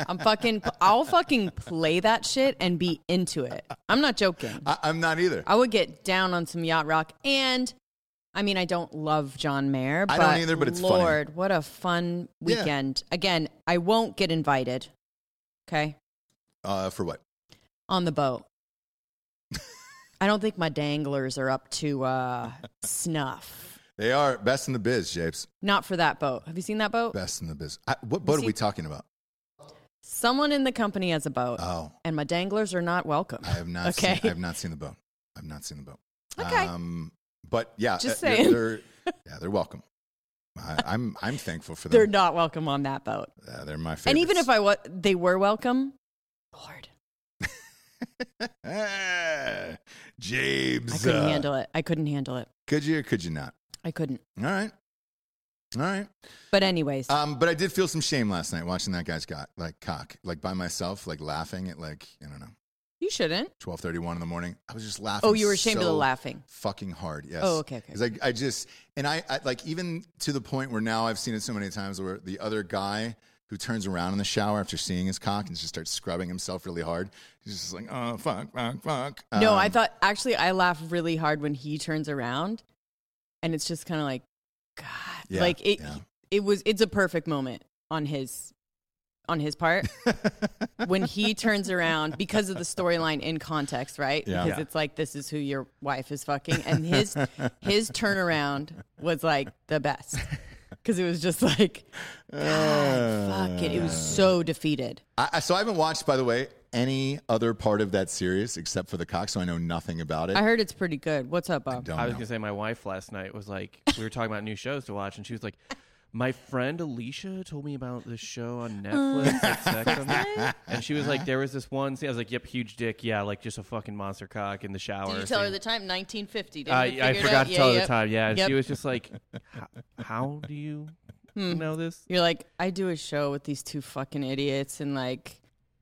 I'm fucking. I'll fucking play that shit and be into it. I'm not joking.
I, I'm not either.
I would get down on some yacht rock, and I mean, I don't love John Mayer.
I
But
don't either, but it's funny.
Lord, what a fun
Yeah.
weekend! Again, I won't get invited. Okay,
Uh, for what?
on the boat. I don't think my danglers are up to uh, snuff.
They are best in the biz, Japes.
Not for that boat. Have you seen that boat?
Best in the biz. I, what boat are
see-
we talking about?
Someone in the company has a boat.
Oh,
and my danglers are not welcome.
I have not.
Okay.
Seen, I have not seen the boat. I've not seen the boat.
Okay.
Um, but yeah,
Just
uh, they're-
saying.
They're, yeah, they're welcome. I, I'm I'm thankful for them.
They're not welcome on that boat.
Uh, they're my favorite.
And even if I wa- they were welcome, Lord,
I, James, uh,
I couldn't handle it. I couldn't handle it.
Could you or could you not?
I couldn't.
All right, all right.
But anyways,
Um, but I did feel some shame last night watching that guy's got like cock, like by myself, like laughing at like I don't know,
you shouldn't.
twelve thirty one in the morning. I was just laughing.
Oh, you were ashamed of the
so
laughing.
fucking hard. Yes.
Oh, okay, okay.
Because I, I just and I, I like even to the point where now I've seen it so many times where the other guy who turns around in the shower after seeing his cock and just starts scrubbing himself really hard. He's just like, oh fuck, fuck, fuck.
no,
Um,
I thought actually I laugh really hard when he turns around, and it's just kind of like, God,
Yeah,
like it.
yeah.
It was. It's a perfect moment on his, on his part when he turns around because of the storyline in context, right?
Yeah.
Because
Yeah.
it's like this is who your wife is fucking, and his his turnaround was like the best because it was just like, God, fuck it. It was so defeated.
I, I- so I haven't watched, by the way, any other part of that series except for the cock, so I know nothing about it.
I heard it's pretty good. What's up, Bob?
don't
I was
know.
gonna say my wife last night was like, we were talking about new shows to watch, and she was like, My friend Alicia told me about this show on
Uh,
Netflix, that's Sex on the- and she was
Uh-huh.
like, "There was this one scene." I was like, "Yep, huge dick, yeah, like just a fucking monster cock in the shower."
Did you tell her
scene."
the time? 1950. Did
I,
you
I
figure it
forgot
out?
to
Yeah,
tell her
yep.
the time. Yeah, and
Yep.
she was just like, "H- "How do you
Hmm.
know this?"
You're like, I do a show with these two fucking idiots, and like,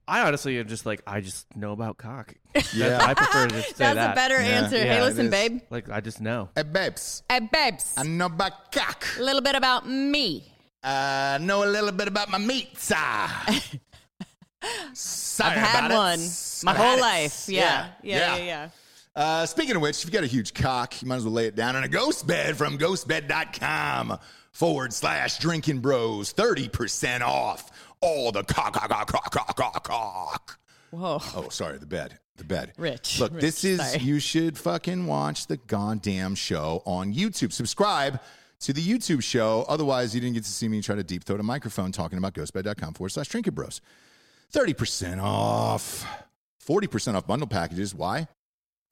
I honestly am just like, I just know about cock.
Yeah.
I prefer to just say
that's
that.
a better answer. hey,
Yeah, it
listen,
is.
babe.
Like, I just know.
Hey, babes,
Hey, babes.
I know about cock.
a little bit about me.
I Uh, know a little bit about my meats. Ah. Sorry
I've had
about it.
one my
I've had
whole
it.
life. Yeah. Yeah. Yeah. Yeah.
Uh, speaking of which, if you got a huge cock, you might as well lay it down on a ghost bed from ghostbed.com forward slash drinking bros, 30% off all the cock, cock, cock, cock, cock, cock, cock.
Whoa.
Oh, sorry, the bed. The bed.
Rich.
Look,
Rich,
this is,
sorry.
you should fucking watch the goddamn show on YouTube. Subscribe to the YouTube show. Otherwise, you didn't get to see me try to deep throat a microphone talking about ghostbed.com forward slash drinking bros. 30% off. 40% off bundle packages. Why?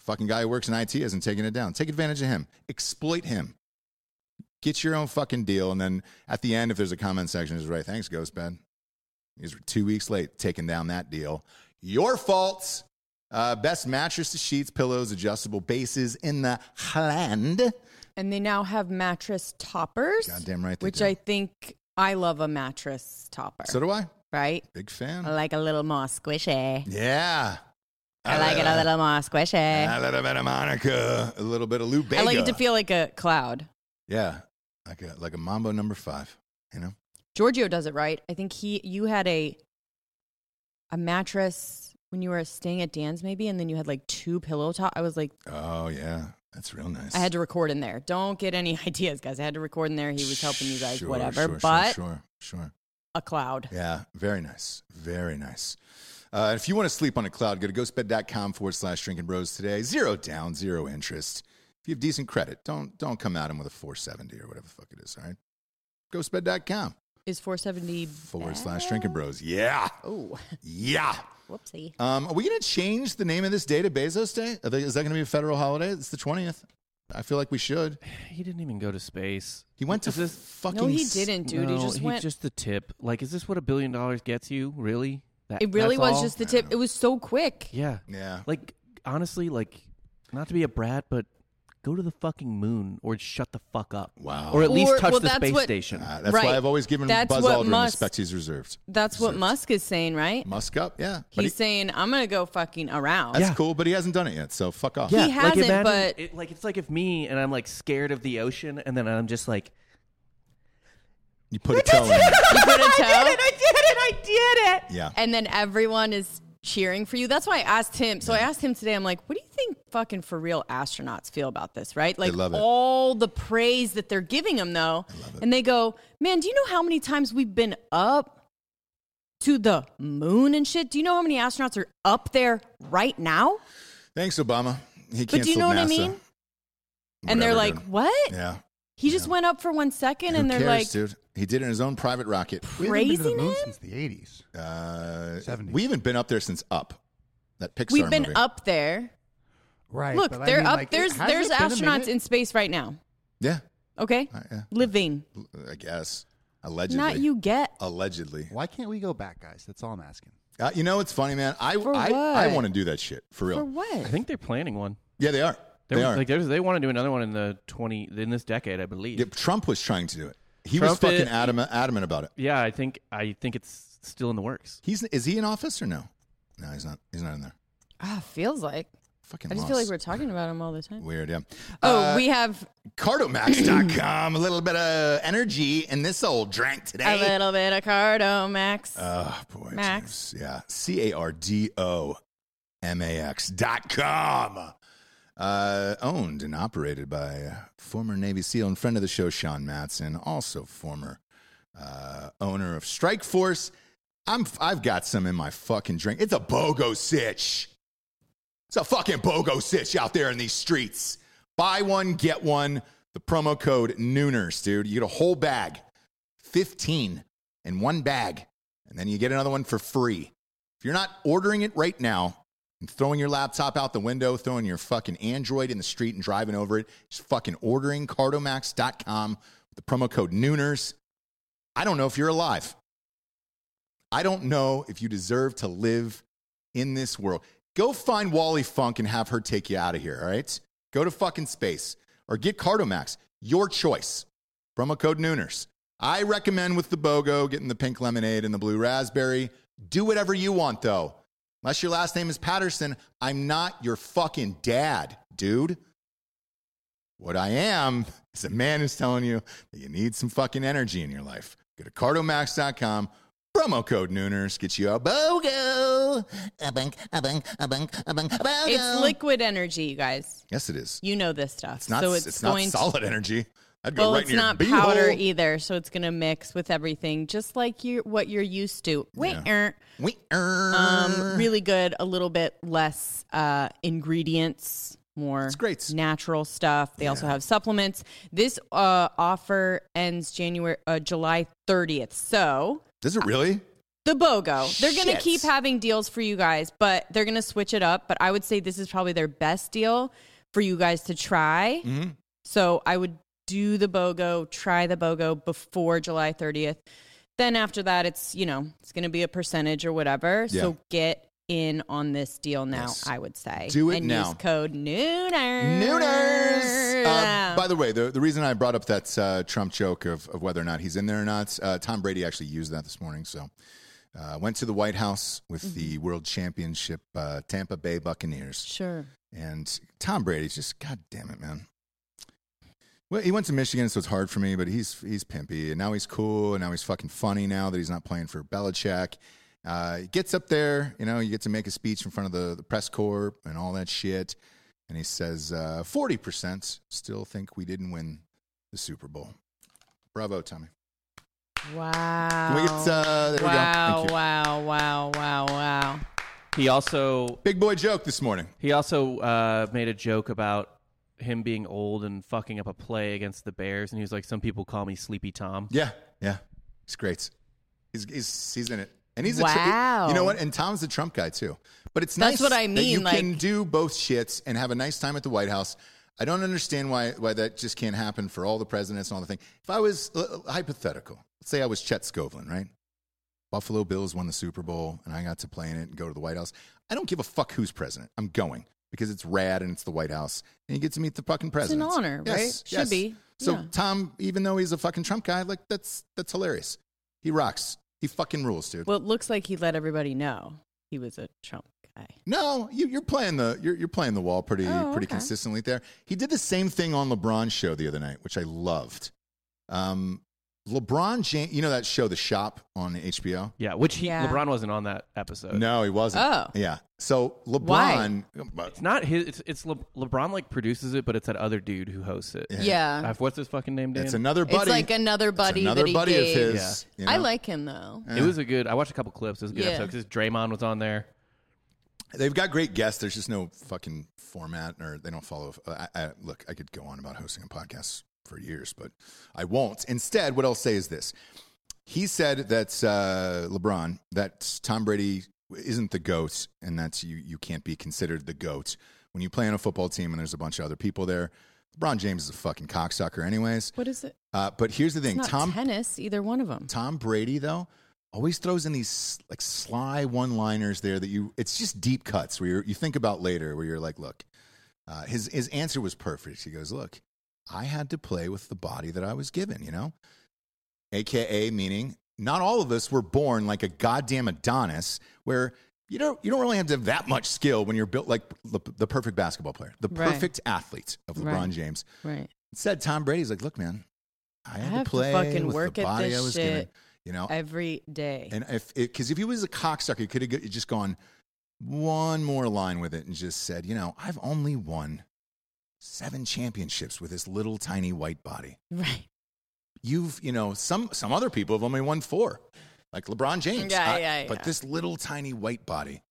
Fucking guy who works in IT isn't taking it down. Take advantage of him. Exploit him. Get your own fucking deal. And then at the end, if there's a comment section, just right. Thanks, Ghostbed. He's two weeks late taking down that deal. Your fault. Uh, best mattresses, sheets, pillows, adjustable bases in the land.
And they now have mattress toppers.
Goddamn right they
Which
do.
I think I love a mattress topper.
So do I.
right?
Big fan.
I like a little more squishy.
yeah.
I like it a little more squishy.
A little bit of Monica. A little bit of Lou Bega.
I like it to feel like a cloud.
Yeah. Like a, like a Mambo number five, you know?
Giorgio does it right. I think he you had a a mattress when you were staying at Dan's maybe, and then you had like two pillow top. I was like,
Oh, yeah. That's real nice.
I had to record in there. Don't get any ideas, guys. I had to record in there. He was helping you guys,
Sure,
whatever.
sure, sure,
but
sure, sure.
a cloud.
Yeah, very nice. Very nice. Uh, if you want to sleep on a cloud, go to ghostbed.com forward slash drinking bros today. Zero down, zero interest. If you have decent credit, don't don't come at them with a 470 or whatever the fuck it is, all right? Ghostbed.com
Is four seventy
forward slash drinking bros. Yeah.
Oh,
Yeah.
whoopsie.
Um, are we going to change the name of this day to Bezos Day? Are they, is that going to be a federal holiday? It's the 20th. I feel like we should.
He didn't even go to space.
He went to
Is this-
fucking.
No, he
s-
didn't, dude. he
No,
just went.
the tip. Like, is this what a billion dollars gets you? Really? That,
it really
that's
was
all?
just the tip. It was so quick.
Yeah.
Yeah.
Like, honestly, like, not to be a brat, but go to the fucking moon or shut the fuck up.
Wow.
Or at least
Or-
touch
well,
the
that's
space
what-
station.
Uh, that's
Right.
why I've always given
That's
Buzz
what
Aldrin
Musk-
the respect he's reserved.
That's what
Deserved.
Musk is saying, right?
Musk up, yeah. But
He's
he-
saying, "I'm gonna go fucking around."
that's
Yeah.
cool, but he hasn't done it yet, so fuck off.
Yeah. He
like,
hasn't,
imagine,
but-
it- like it's like if me and I'm like scared of the ocean, and then I'm just like,
You put a toe in. it.
You couldn't tell?
I did it.
Yeah.
and then everyone is cheering for you. That's why I asked him. So I asked him today. I'm like, what do you think fucking for real astronauts feel about this? Right? Like
love it.
all the praise that they're giving them though. And they go, man, do you know how many times we've been up to the moon and shit? Do you know how many astronauts are up there right now?
Thanks, Obama. He canceled
But do you know
NASA.
what I mean? and they're
Whatever,
like,
dude.
what?
yeah.
He just went up for one second and
Who
they're
cares,
like,
dude? He did it in his own private rocket.
We haven't been to the
praising
moon
him?
since the 80s.
Uh,
70s.
we haven't been up there since Up, that Pixar
we've been
movie.
up there.
Right.
Look,
but I
they're
mean,
up.
like, it-
there's
hasn't
there's
it been a
astronauts
minute?
in space right now.
Yeah,
Okay?
Uh, yeah.
Living.
I guess. Allegedly.
Not you get.
Allegedly.
Why can't we go back, guys? That's all I'm asking.
Uh, you know, it's funny, man. I
For
I, I
what?
want to do that shit for real.
For what?
I think they're planning one.
yeah, they are.
They're,
They are.
Like, there's- they want to do another one in the twenty in this decade, I believe.
Yeah, Trump was trying to do it. He was
Trump
fucking
is-
adamant, adamant about it.
Yeah, I think I think it's still in the works.
He's is he in office or no? No, he's not. He's not in there.
Ah, feels like.
Fucking.
I just
lost.
feel like we're talking about him all the time.
weird. Yeah.
Oh,
Uh,
we have
Cardomax.com. A little bit of energy in this old drink
a
today.
little bit of Cardo Max.
Oh boy,
Max.
James. Yeah, C A R D O M A X dot com. Uh, owned and operated by uh, former Navy SEAL and friend of the show Sean Matson, also former uh, owner of Strike Force. I'm I've got some in my fucking drink. It's a bogo sitch. It's a fucking bogo sitch out there in these streets. Buy one, get one. The promo code Nooners, dude. You get a whole bag, fifteen in one bag, and then you get another one for free. If you're not ordering it right now and throwing your laptop out the window, throwing your fucking Android in the street and driving over it, just fucking ordering cardomax.com with the promo code Nooners. I don't know if you're alive. I don't know if you deserve to live in this world. Go find Wally Funk and have her take you out of here, all right? Go to fucking space or get Cardomax. Your choice. Promo code Nooners. I recommend with the BOGO getting the pink lemonade and the blue raspberry. Do whatever you want, though. Unless your last name is Patterson, I'm not your fucking dad, dude. What I am is a man who's telling you that you need some fucking energy in your life. Go to cardomax.com, promo code Nooners, gets you a BOGO.
A bunk, a bunk, a bunk, a bunk, a bunk.
It's liquid energy, you guys.
Yes, it is.
You know this stuff.
It's not,
so
it's
it's,
not
going
solid energy. I'd
To,
go
well,
right
it's
in your
not
beehole.
powder either, so it's going to mix with everything, just like you what you're used to. Wait, er,
We- Uh.
um, really good. A little bit less uh, ingredients, more
It's great.
natural stuff. They also have supplements. This uh, offer ends January, uh, July 30th. So
Does it really?
the BOGO. They're going
Shit.
to keep having deals for you guys, but they're going to switch it up. But I would say this is probably their best deal for you guys to try.
Mhm.
So I would do the BOGO, try the BOGO before July 30th. Then after that, it's, you know, it's going to be a percentage or whatever. So get in on this deal now,
Yes.
I would say.
Do it
and
now.
use code Nooners.
Nooners. Uh, by the way, the, the reason I brought up that uh, Trump joke of, of whether or not he's in there or not, uh, Tom Brady actually used that this morning. So uh, went to the White House with
Mm-hmm.
the World Championship uh, Tampa Bay Buccaneers,
sure.
and Tom Brady's just God damn it, man. Well, he went to Michigan, so it's hard for me. But he's he's pimpy, and now he's cool, and now he's fucking funny. Now that he's not playing for Belichick, uh, he gets up there. You know, you get to make a speech in front of the, the press corps and all that shit. And he says, uh, forty percent still think we didn't win the Super Bowl. Bravo, Tommy.
Wow.
Can we get uh, there
wow,
we go. Thank you.
wow, wow, wow, wow.
He also
Big boy joke this morning.
he also uh, made a joke about him being old and fucking up a play against the Bears, and he was like, "Some people call me Sleepy Tom."
Yeah, yeah, he's great. He's he's, he's in it, and he's a
Wow.
tr- you know what? And Tom's the Trump guy too. But it's nice
That's what I
that
mean,
you can
like-
do both shits and have a nice time at the White House. I don't understand why why that just can't happen for all the presidents and all the thing. If I was uh, hypothetical, let's say I was Chet Scovlin, right? Buffalo Bills won the Super Bowl, and I got to play in it and go to the White House. I don't give a fuck who's president. I'm going because it's rad and it's the White House, and you get to meet the fucking president.
honor,
yes,
right? Should
yes.
be.
So
Yeah.
Tom, even though he's a fucking Trump guy, like that's that's hilarious. He rocks. He fucking rules, dude.
Well, it looks like he let everybody know he was a Trump guy.
no, you, you're playing the you're, you're playing the wall pretty
Oh,
pretty
okay.
consistently there. He did the same thing on LeBron's show the other night, which I loved. Um, LeBron James, you know that show, The Shop on HBO.
Yeah, which he,
Yeah.
LeBron wasn't on that episode.
No, he wasn't.
Oh.
yeah. So LeBron,
Why?
It's not his. It's, it's Le, LeBron like produces it, but it's that other dude who hosts it.
Yeah.
Yeah.
Uh, what's his fucking name? Dan.
it's another buddy.
It's like another
It's
buddy
another
that he
buddy
gave.
of his. you know?
I like him though.
It was a good. I watched a couple clips. It was a good
Yeah.
episode because Draymond was on there.
They've got great guests. There's just no fucking format, or they don't follow. uh, I, I, look, I could go on about hosting a podcast for years, but I won't. Instead, what I'll say is this: He said that uh, LeBron, that Tom Brady isn't the goat, and that's you. You can't be considered the goat when you play on a football team and there's a bunch of other people there. LeBron James is a fucking cocksucker, anyways.
What is it?
Uh, but here's the
It's
thing:
not
Tom
tennis, either one of them.
Tom Brady though always throws in these like sly one-liners there that you it's just deep cuts where you're, you think about later where you're like, look, uh, his his answer was perfect. He goes, look, I had to play with the body that I was given, you know, aka meaning not all of us were born like a goddamn Adonis where. You don't, you don't really have to have that much skill when you're built like the, the perfect basketball player, the
Right.
perfect athlete of LeBron
Right.
James.
Right.
Said Tom Brady's like, look, man, I
I
had
have
to
to
play
fucking
with
work
the
at
body
this
I was
shit
given. You know,
Every day.
Oh. and if because if he was a cocksucker, he could have just gone one more line with it and just said, you know, I've only won seven championships with this little tiny white body.
right.
You've, you know, some some other people have only won four, like LeBron James.
Yeah,
I-
yeah,
But
yeah.
this little tiny white body.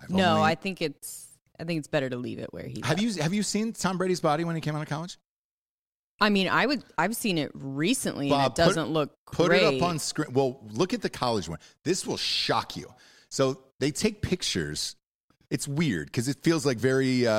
I've
No,
only-
I think it's I think it's better to leave it where he
have
was.
you have you seen Tom Brady's body when he came out of college?
I mean, I would I've seen it recently
Bob,
and it
put-
doesn't look
Put
great.
it up on screen. Well, look at the college one. This will shock you. So they take pictures. It's weird because it feels like very uh,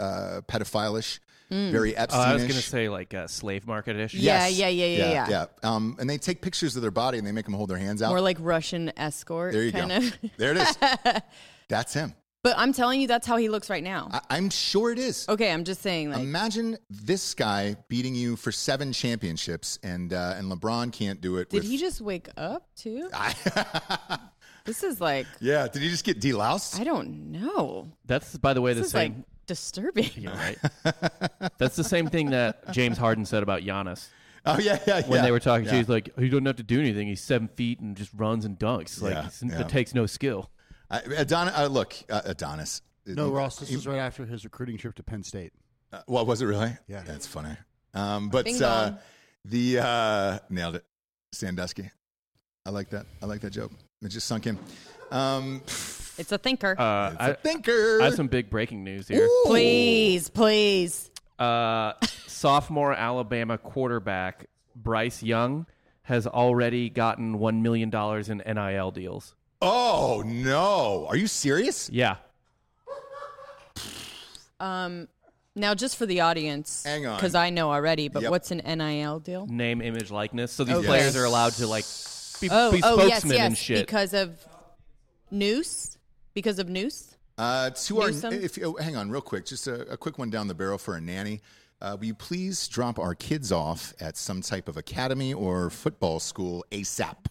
uh, pedophilish. very
Uh,
Epstein.
I was gonna say like uh, slave market ish.
Hmm. Yeah, yeah, yeah, yeah,
yeah.
yeah.
Um, and they take pictures of their body and they make them hold their hands out.
More like Russian escort.
there you
kind
go.
Of.
There it is. That's him.
But I'm telling you, that's how he looks right now.
I- I'm sure it is.
okay, I'm just saying. Like,
Imagine this guy beating you for seven championships, and uh, and LeBron can't do it.
did
with-
he just wake up too?
I-
This is like,
yeah. Did he just get deloused?
I don't know.
That's by the way
This
the
is like
same.
disturbing.
Yeah, right. That's the same thing that James Harden said about Giannis
oh yeah, yeah, yeah.
when they were talking. to
Yeah.
you. He's like, "You don't have to do anything. He's seven feet and just runs and dunks. Like
Yeah,
it's-
yeah.
it takes no skill."
I, Adonis. Uh, look, uh, Adonis.
No, Ross, this was right after his recruiting trip to Penn State.
Uh, what was it really?
Yeah.
that's funny. Um, but
Bing
uh,
bong.
the uh, nailed it, Sandusky. I like that. I like that joke. It just sunk in. Um,
It's a thinker.
Uh,
it's a
I,
thinker.
I have some big breaking news here.
Ooh. oh.
please, please.
Uh, sophomore Alabama quarterback Bryce Young has already gotten one million dollars in NIL deals.
Oh no! Are you serious?
Yeah,
Um, now, just for the audience,
Hang on.
because I know already. But
Yep.
what's an NIL deal?
name, image, likeness. So these
Okay.
players are allowed to like be,
Oh,
be
oh yes,
spokesmen
yes,
and shit.
because of noose, because of noose.
Uh, to our,
Newsom?
if oh, hang on real quick, just a, a quick one down the barrel for a nanny. Uh, will you please drop our kids off at some type of academy or football school ASAP?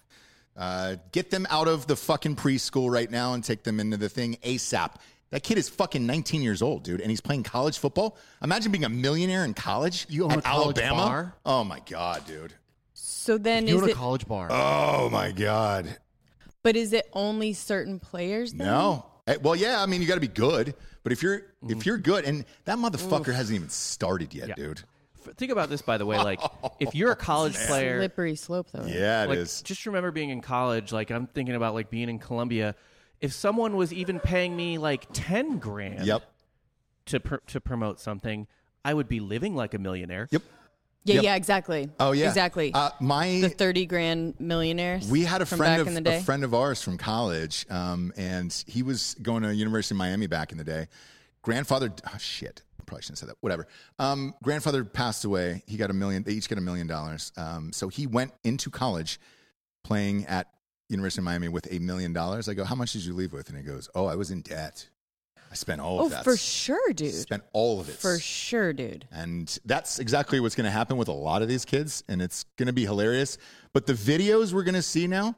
Uh, get them out of the fucking preschool right now and take them into the thing ASAP. That kid is fucking 19 years old, dude, and he's playing college football. Imagine being a millionaire in college
You own
at
a college
Alabama.
bar?
Oh my god, dude.
So then,
You
is
own a
it?
college bar.
Oh my god.
but is it only certain players? Then?
No. Eh, Well, yeah. I mean, you got to be good, but if you're
Mm-hmm.
if you're good, and that motherfucker hasn't even started yet,
Yeah.
dude.
F- Think about this, by the way. Like, if you're a college
Oh,
player,
slippery slope, though. right?
Yeah, it
like,
is.
just remember being in college. Like, I'm thinking about like being in Columbia. If someone was even paying me like ten grand,
Yep.
to pr- to promote something, I would be living like a millionaire.
Yep.
Yeah,
Yep.
yeah, exactly.
Oh yeah.
exactly.
Uh,
the
my
thirty grand millionaires.
we had a
from
friend
back
of
in the
a
day.
friend of ours from college, um, and he was going to University of Miami back in the day. Grandfather, oh, shit, probably shouldn't say that. Whatever. Um, grandfather passed away. He got a million. They each got a million dollars. Um, so he went into college playing at University of Miami with a million dollars. I go, how much did you leave with? And he goes, oh, I was in debt. I spent all
oh,
of that.
for sure, dude.
Spent all of it.
For sure, dude.
And that's exactly what's going to happen with a lot of these kids. And it's going to be hilarious. But the videos we're going to see now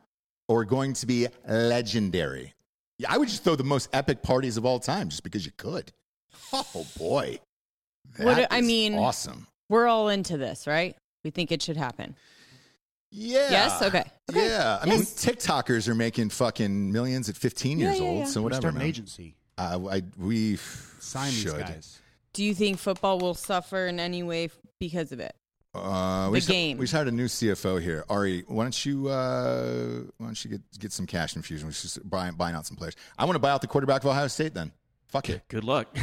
are going to be legendary. Yeah, I would just throw the most epic parties of all time just because you could. Oh, boy. That
What do- I
is
mean-
awesome.
We're all into this, right? We think it should happen.
Yeah.
Yes? Okay. Okay.
Yeah. I mean, TikTokers are making fucking millions at 15 years old. So,
We'll
whatever.
start an
man.
agency.
Uh, I, we
Sign these
should.
guys.
Do you think football will suffer in any way f- because of it?
Uh, we
The
just,
game.
We just hired a new CFO here, Ari. Why don't you uh, Why don't you get get some cash infusion? We're just buying buying out some players. I want to buy out the quarterback of Ohio State. Then fuck it.
Good luck.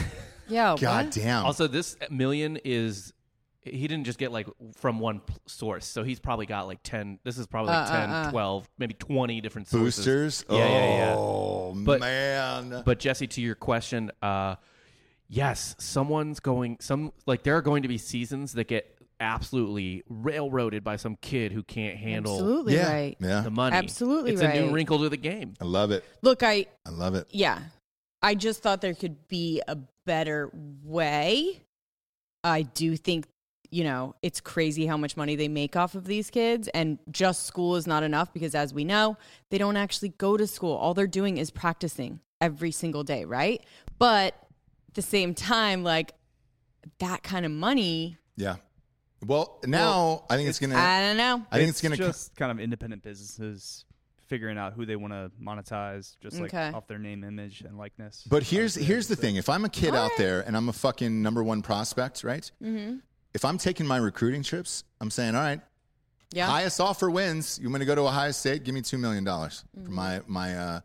Yeah.
God damn.
also, this million is he didn't just get like from one p- source, so he's probably got like ten. This is probably like
Uh,
10,
uh, uh.
12, maybe twenty different sources.
boosters.
Yeah, yeah, yeah.
Oh
But-
man.
But Jesse, to your question, uh, yes, someone's going. Some like there are going to be seasons that get absolutely railroaded by some kid who can't handle
Absolutely
yeah,
right.
yeah.
the money.
Absolutely
it's a new
right.
wrinkle to the game.
I love it.
Look, I
I love it.
yeah. I just thought there could be a better way. I do think, you know, it's crazy how much money they make off of these kids. And just school is not enough because, as we know, they don't actually go to school. All they're doing is practicing every single day, right? But at the same time, like that kind of money,
Yeah. Well, now I think it's, gonna. I,
I don't know.
think it's, gonna.
just kind of independent businesses figuring out who they want to monetize, just like
Okay.
off their name, image, and likeness.
But here's here's the thing. If I'm a kid out there and I'm a fucking number one prospect, right? Mm-hmm. If I'm taking my recruiting trips, I'm saying, all right,
Yeah.
Highest offer wins. You want to go to Ohio State? Give me two million dollars for my
Mm-hmm.
my. Uh,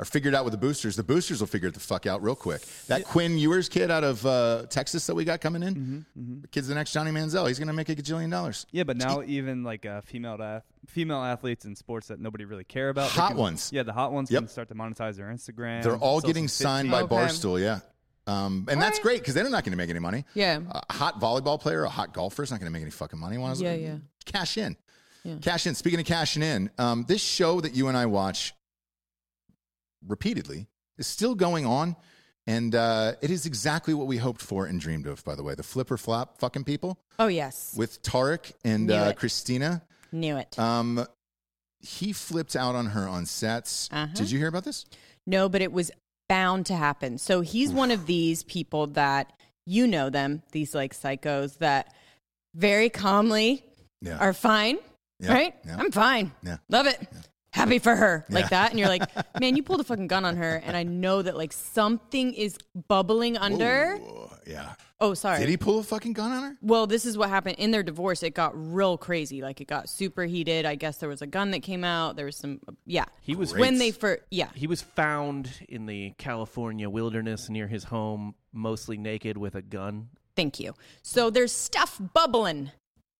or figured out with the boosters. The boosters will figure it the fuck out real quick. That Quinn Ewers kid out of uh, Texas that we got coming in,
Mm-hmm.
the kid's the next Johnny Manziel. He's gonna make a gajillion dollars.
yeah, but now even like uh, female ath- female athletes in sports that nobody really care about, they
Hot
can-
ones.
Yeah, the hot ones
Yep.
can start to monetize their Instagram.
They're all
sell
getting
some
signed
fifties.
by
Okay.
Barstool. Yeah, Um, and that's great because they're not going to make any money.
Yeah.
A hot volleyball player, a hot golfer is not going to make any fucking money. Why is
Yeah,
it-
yeah.
Cash in.
Yeah.
Cash in. Speaking of cashing in, um, this show that you and I watch repeatedly is still going on. And uh, it is exactly what we hoped for and dreamed of, by the way. The flipper flop fucking people
Oh yes,
with Tarek and
Knew
uh,
it.
Christina.
knew it.
Um, he flipped out on her on sets.
Uh-huh.
Did you hear about this?
No, but it was bound to happen. So he's one of these people that you know them, these like psychos that very calmly
Yeah.
are fine,
Yeah.
right?
Yeah.
I'm fine.
Yeah.
Love it. Happy for her,
Yeah.
like that. And you're like, man, you pulled a fucking gun on her. And I know that like something is bubbling under.
Ooh, yeah.
Oh, sorry.
Did he pull a fucking gun on her?
Well, this is what happened in their divorce. It got real crazy. Like it got super heated. I guess there was a gun that came out. There was some, yeah.
He was
when they first, yeah.
He was found in the California wilderness near his home, mostly naked with a gun.
Thank you. So there's stuff bubbling,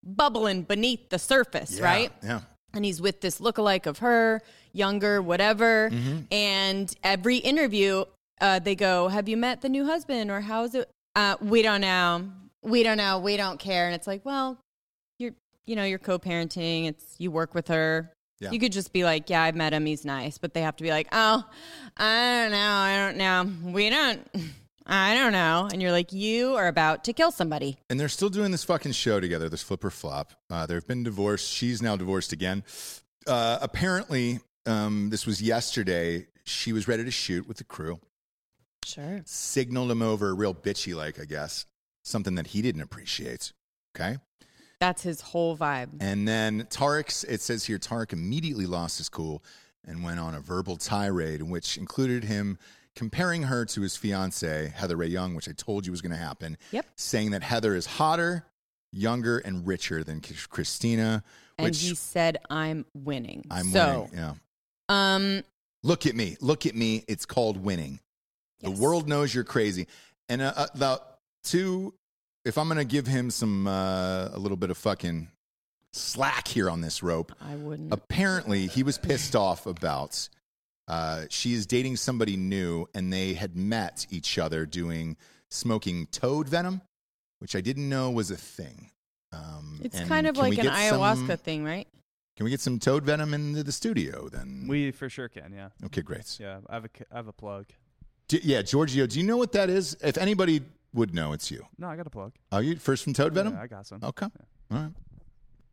bubbling beneath the surface,
Yeah,
right?
Yeah.
And he's with this lookalike of her, younger, whatever.
Mm-hmm.
And every interview, uh, they go, Have you met the new husband or how's it? Uh, we don't know. We don't know. We don't care. And it's like, Well, you're, you know, you're co parenting. It's, you work with her.
Yeah.
You could just be like, Yeah, I've met him. He's nice. But they have to be like, Oh, I don't know. I don't know. We don't, I don't know. And you're like, You are about to kill somebody.
And they're still doing this fucking show together, this flipper flop. Uh, they've been divorced. She's now divorced again. Uh, apparently, um, this was yesterday. She was ready to shoot with the crew.
Sure.
Signaled him over, real bitchy like, I guess. Something that he didn't appreciate. Okay.
That's his whole vibe.
And then Tarek's, it says here, Tarek immediately lost his cool and went on a verbal tirade, which included him comparing her to his fiancee, Heather Ray Young, which I told you was going to happen.
Yep.
Saying that Heather is hotter, younger, and richer than K- Christina,
and
which
he said, "I'm winning."
I'm
so,
winning. Yeah.
um,
Look at me. Look at me. It's called winning.
Yes.
The world knows you're crazy. And uh, uh, the two, if I'm going to give him some, uh, a little bit of fucking slack here on this rope.
I wouldn't.
apparently he was pissed off about uh, she is dating somebody new and they had met each other doing smoking toad venom which i didn't know was a thing um,
it's
and
kind of
can we
like an
get some-
ayahuasca thing, right?
can we get some toad venom into the studio then
We for sure can. Yeah.
okay great
Yeah. I have a, c- I have a plug.
D- yeah giorgio do you know what that is if anybody would know it's you
No, I got a plug.
are you first from toad venom
Yeah, I got some.
okay all right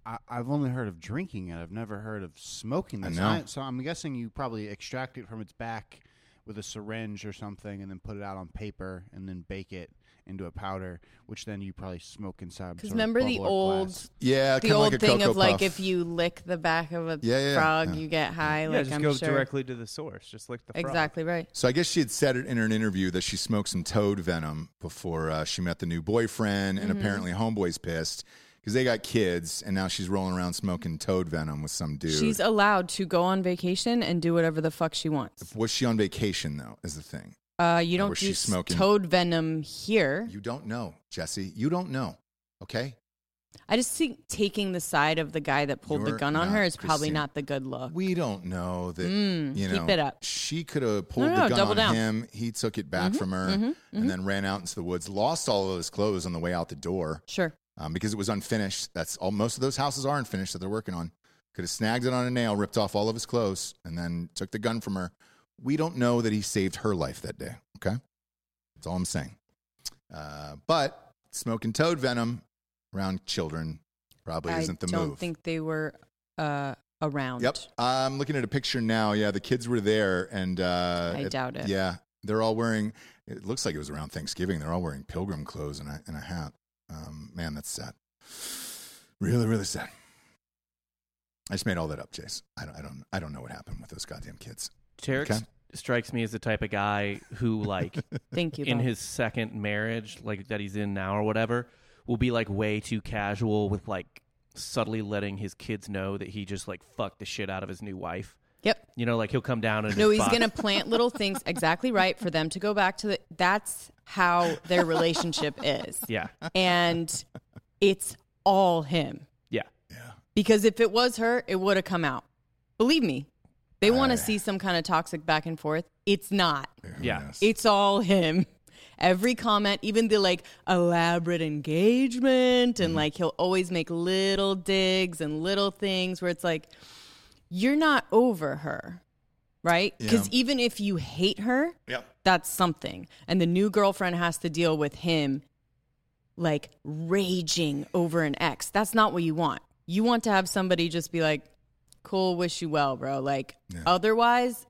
I, I've only heard of drinking it. I've never heard of smoking
I
this.
know.
so I'm guessing you probably extract it from its back with a syringe or something, and then put it out on paper, and then bake it into a powder, which then you probably smoke inside.
Because remember the old,
yeah
the
kinda
old
like a
thing
Cocoa
of like
Puff.
if you lick the back of a
Yeah, yeah, yeah.
frog,
Yeah.
you get high.
Yeah,
like
just
I'm
go
sure.
directly to the source. Just like the frog.
Exactly right.
So I guess she had said it in an interview that she smoked some toad venom before uh, she met the new boyfriend,
Mm-hmm.
and apparently homeboy's pissed because they got kids, and now she's rolling around smoking toad venom with some dude.
She's allowed to go on vacation and do whatever the fuck she wants.
Was she on vacation though? Is the thing
Uh, you
Or
don't
was
do
she smoking?
toad venom here.
you don't know, Jesse. You don't know. Okay,
I just think taking the side of the guy that pulled
You're
the gun on
not
her is probably
Christine.
not the good look.
we don't know that.
Mm,
you know,
keep it up.
She could have pulled
no,
the gun
double
on
down. Mm-hmm,
him. He took it back from her, and then ran out into the woods. Lost all of his clothes on the way out the door.
sure.
um, because it was unfinished. That's all. Most of those houses are unfinished that they're working on. Could have snagged it on a nail, ripped off all of his clothes, and then took the gun from her. We don't know that he saved her life that day. Okay, that's all I'm saying. Uh, but smoking toad venom around children probably
I
isn't the
don't
move.
think they were uh, around.
Yep, I'm looking at a picture now. Yeah, the kids were there, and uh,
I doubt it.
Yeah, they're all wearing. It looks like it was around Thanksgiving. They're all wearing pilgrim clothes and a, and a hat. Um, man, that's sad. Really, really sad. I just made all that up, Chase. I don't, I don't, I don't know what happened with those goddamn kids.
Tarek
Okay.
s- strikes me as the type of guy who, like,
Thank you.
in
Bob.
his second marriage, like that he's in now or whatever, will be like way too casual with like subtly letting his kids know that he just like fucked the shit out of his new wife.
Yep.
You know, like he'll come down and
No,
his
he's
bo-
going to plant little things exactly right for them to go back to the. That's how their relationship is.
Yeah,
And it's all him.
yeah.
Because if it was her, it would have come out. Believe me, they want
I-
to see some kind of toxic back and forth. It's not,
Who
Yeah.
knows?
it's all him. Every comment, even the like elaborate engagement, and like he'll always make little digs and little things where it's like, you're not over her, right? Because even if you hate her,
Yep.
that's something. And the new girlfriend has to deal with him like raging over an ex. That's not what you want. You want to have somebody just be like, cool, wish you well, bro. Like, otherwise,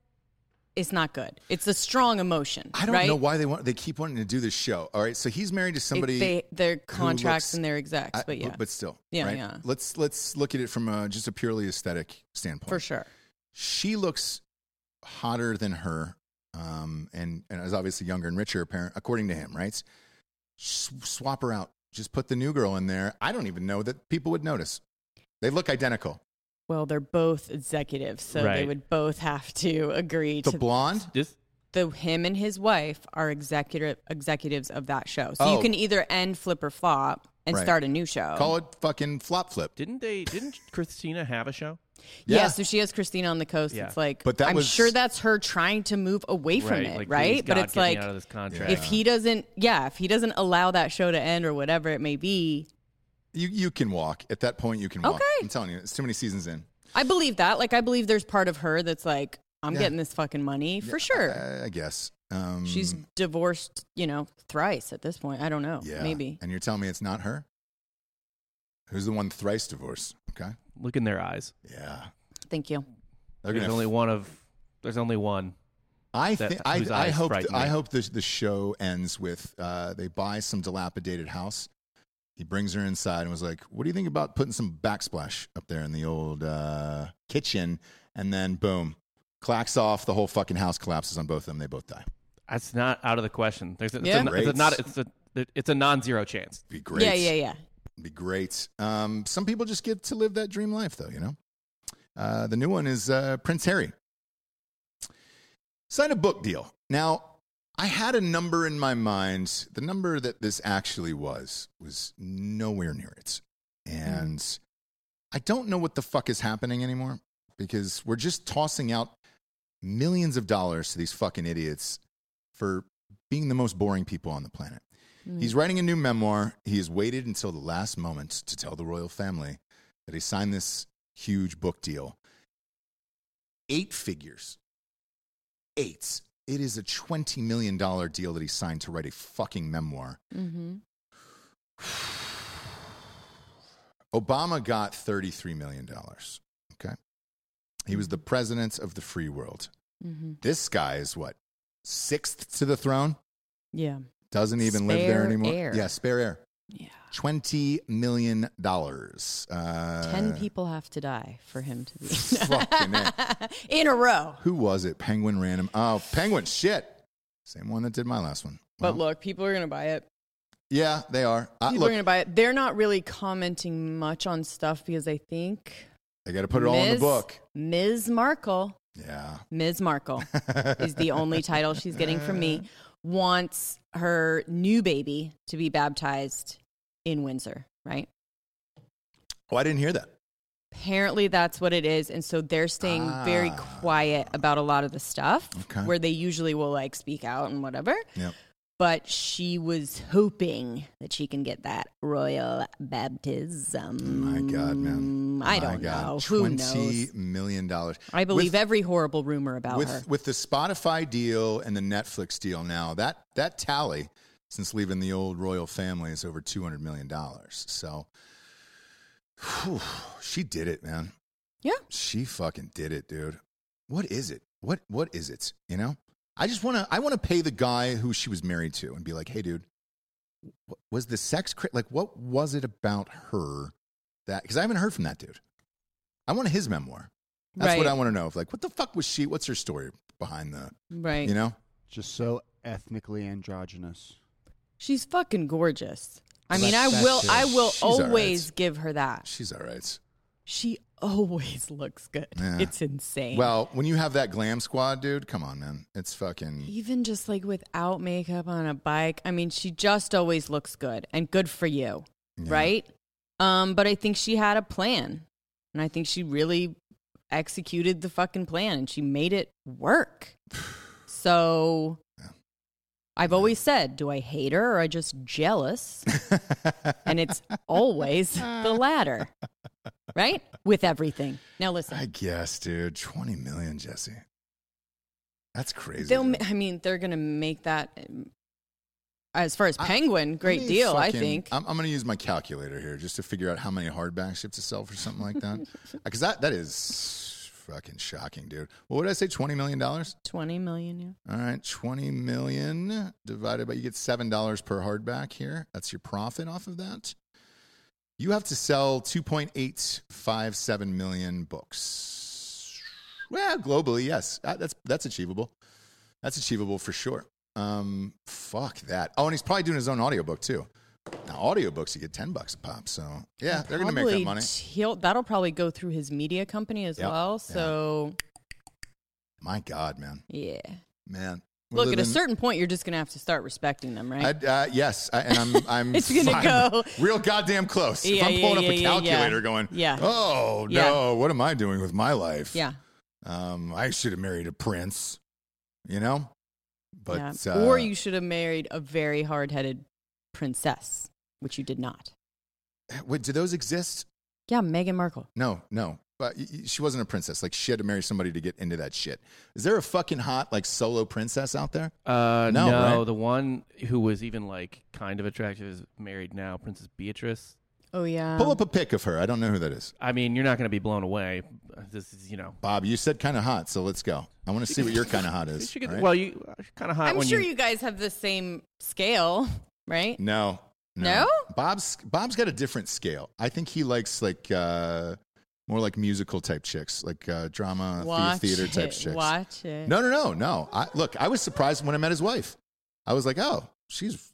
it's not good. It's a strong emotion.
I don't
right?
know why they want they keep wanting to do this show. All right, so he's married to
It-
somebody.
they, their contracts
looks-
and their execs,
I-
but yeah,
but still,
Yeah,
right?
yeah.
Let's let's look at it from a, just a purely aesthetic standpoint.
for sure.
she looks hotter than her, um, and and is obviously younger and richer, apparent according to him, right? S- swap her out. Just put the new girl in there. I don't even know that people would notice. They look identical.
Well, they're both executives, so they
Right.
would both have to agree
The
to
blonde.
This
the him and his wife are executive executives of that show. So
Oh.
you can either end flip or flop and
Right.
start a new show.
Call it fucking flop flip.
didn't they? Didn't Christina have a show?
yeah.
Yeah.
so she has Christina on the coast.
Yeah.
It's like
But that
I'm
was-
sure that's her trying to move away from it,
like,
right?
please, God,
But it's
get me
like
out of this contract.
if he doesn't yeah, if he doesn't allow that show to end or whatever it may be,
You you can walk at that point. You can walk.
Okay.
I'm telling you, it's too many seasons in.
I believe that. Like I believe there's part of her that's like, I'm
Yeah.
getting this fucking money for
Yeah,
sure.
I, I guess. Um,
She's oh, divorced, you know, thrice at this point. I don't know.
yeah.
Maybe.
And you're telling me it's not her? Who's the one thrice divorced? Okay.
Look in their eyes.
Yeah.
Thank you.
They're
there's
gonna
only
f-
one of. There's only one.
I
that-
think I,
whose
I
eyes
hope th-
frighten
I
me.
hope the the show ends with uh, they buy some dilapidated house. He brings her inside and was like, "What do you think about putting some backsplash up there in the old uh, kitchen?" And then boom, clacks off. The whole fucking house collapses on both of them. They both die.
That's not out of the question. There's a,
Yeah.
it's, a, it's a not. It's a. It's a non-zero chance.
Be great.
Yeah, yeah, yeah.
Be great. Um, some people just get to live that dream life, though, you know? Uh, the new one is uh, Prince Harry. Sign a book deal. Now, I had a number in my mind. The number that this actually was was nowhere near it. And I don't know what the fuck is happening anymore because we're just tossing out millions of dollars to these fucking idiots for being the most boring people on the planet.
Mm.
He's writing a new memoir. He has waited until the last moment to tell the royal family that he signed this huge book deal. Eight figures. Eight. It is a $20 million deal that he signed to write a fucking memoir.
Mm-hmm.
Obama got $33 million. Okay. He was the president of the free world.
Mm. Mm-hmm.
This guy is what? Sixth to the throne?
Yeah.
Doesn't even live there
Spare
anymore.
air.
Yeah, spare air.
Yeah.
Twenty million dollars. Uh,
Ten people have to die for him to be
Fucking A.
in a row.
Who was it? Penguin Random. Oh, Penguin. Shit. Same one that did my last one.
But
Well,
look, people are gonna buy it.
yeah, they are. Uh,
People
look,
are gonna buy it. They're not really commenting much on stuff because I think
they got to put it all in the
Miss-
book.
Ms. Markle,
Yeah.
Ms. Markle is the only title she's getting from me. Wants her new baby to be baptized in Windsor, right?
Oh, I didn't hear that.
Apparently, that's what it is. And so they're staying very
Ah.
quiet about a lot of the stuff
Okay.
where they usually will like speak out and whatever.
Yep.
But she was hoping that she can get that royal baptism.
My God, man. My
I don't
God.
know. Who
Twenty
knows?
million dollars.
I believe
With-
every horrible rumor about
with
her.
with the Spotify deal and the Netflix deal now that that tally since leaving the old royal family is over two hundred million dollars. So whew, she did it, man.
Yeah.
she fucking did it, dude. What is it? What what is it? You know, I just want to I want to pay the guy who she was married to and be like, hey, dude, wh- was the sex cra- like what was it about her that because I haven't heard from that dude. I want his memoir. That's what
Right.
I want to know. Like, what the fuck was she? What's her story behind the?
Right.
You know,
Just so ethnically androgynous.
She's fucking gorgeous. I
Well,
mean, I
that's-
will
that's
I
it.
will
She's all right.
always give her that.
she's all right.
She always looks good.
Yeah.
It's insane.
Well, when you have that glam squad, dude, come on, man, it's fucking.
even just like without makeup on a bike i mean she just always looks good and good for you
Yeah.
right um but i think she had a plan and i think she really executed the fucking plan and she made it work so I've always said, do I hate her or I just jealous? and it's always the latter, right? With everything. Now listen,
I guess, dude. 20 million, Jesse. That's crazy.
they'll. ma-
dude.
I mean, they're gonna make that. um, As far as
I-
Penguin,
How
great
many
deal, I
fucking-
think.
I'm, I'm going to use my calculator here just to figure out how many hardbacks you have to sell for something like that. Because that, that is fucking shocking, dude. What would I say? $20 million? All
Twenty million. Yeah.
right. 20 million divided by, you get $7 per hardback here. That's your profit off of that. You have to sell 2.857 million books. Well, globally, yes. That- That's, that's achievable. That's achievable for sure. Um, fuck that. Oh, and he's probably doing his own audiobook too. Now, audiobooks, you get 10 bucks a pop. So, yeah, they're going to make that
Probably
money.
He'll, that'll probably go through his media company as
Yep, yeah.
well. So
My God, man.
yeah.
Man. We're
Look, at a
living-
certain point, you're just gonna have to start respecting them, right?
I'd, uh, yes, I, and I'm. I'm
It's gonna
I'm
go.
real goddamn close. if
Yeah,
I'm pulling
yeah,
up a
yeah, yeah, yeah.
calculator, going,
Yeah.
oh
Yeah.
no, what am I doing with my life?
yeah.
um, I should have married a prince, you know. But
yeah.
uh,
or you should have married a very hard-headed princess, which you did not.
eh, wait, do those exist?
Yeah, Meghan Markle.
No, no. But y- y- she wasn't a princess. Like she had to marry somebody to get into that shit. Is there a fucking hot like solo princess out there?
Uh,
No,
no,
right?
the one who was even like kind of attractive is married now, Princess Beatrice.
Oh yeah.
Pull up a pic of her. I don't know who that is.
I mean, you're not going to be blown away. This is, you know,
Bob, you said kind of hot, so let's go. I want to see what your kind of hot
you
is.
should get-
all right?
well, you kind of hot
I'm
when
sure you... guys have the same scale, right?
no, no,
No?
Bob's Bob's got a different scale. I think he likes like uh more like musical type chicks, like uh drama, the-
Watch
theater type
it,
chicks.
Watch it.
No, no, no, no. I, look, I was surprised when I met his wife. I was like, oh, she's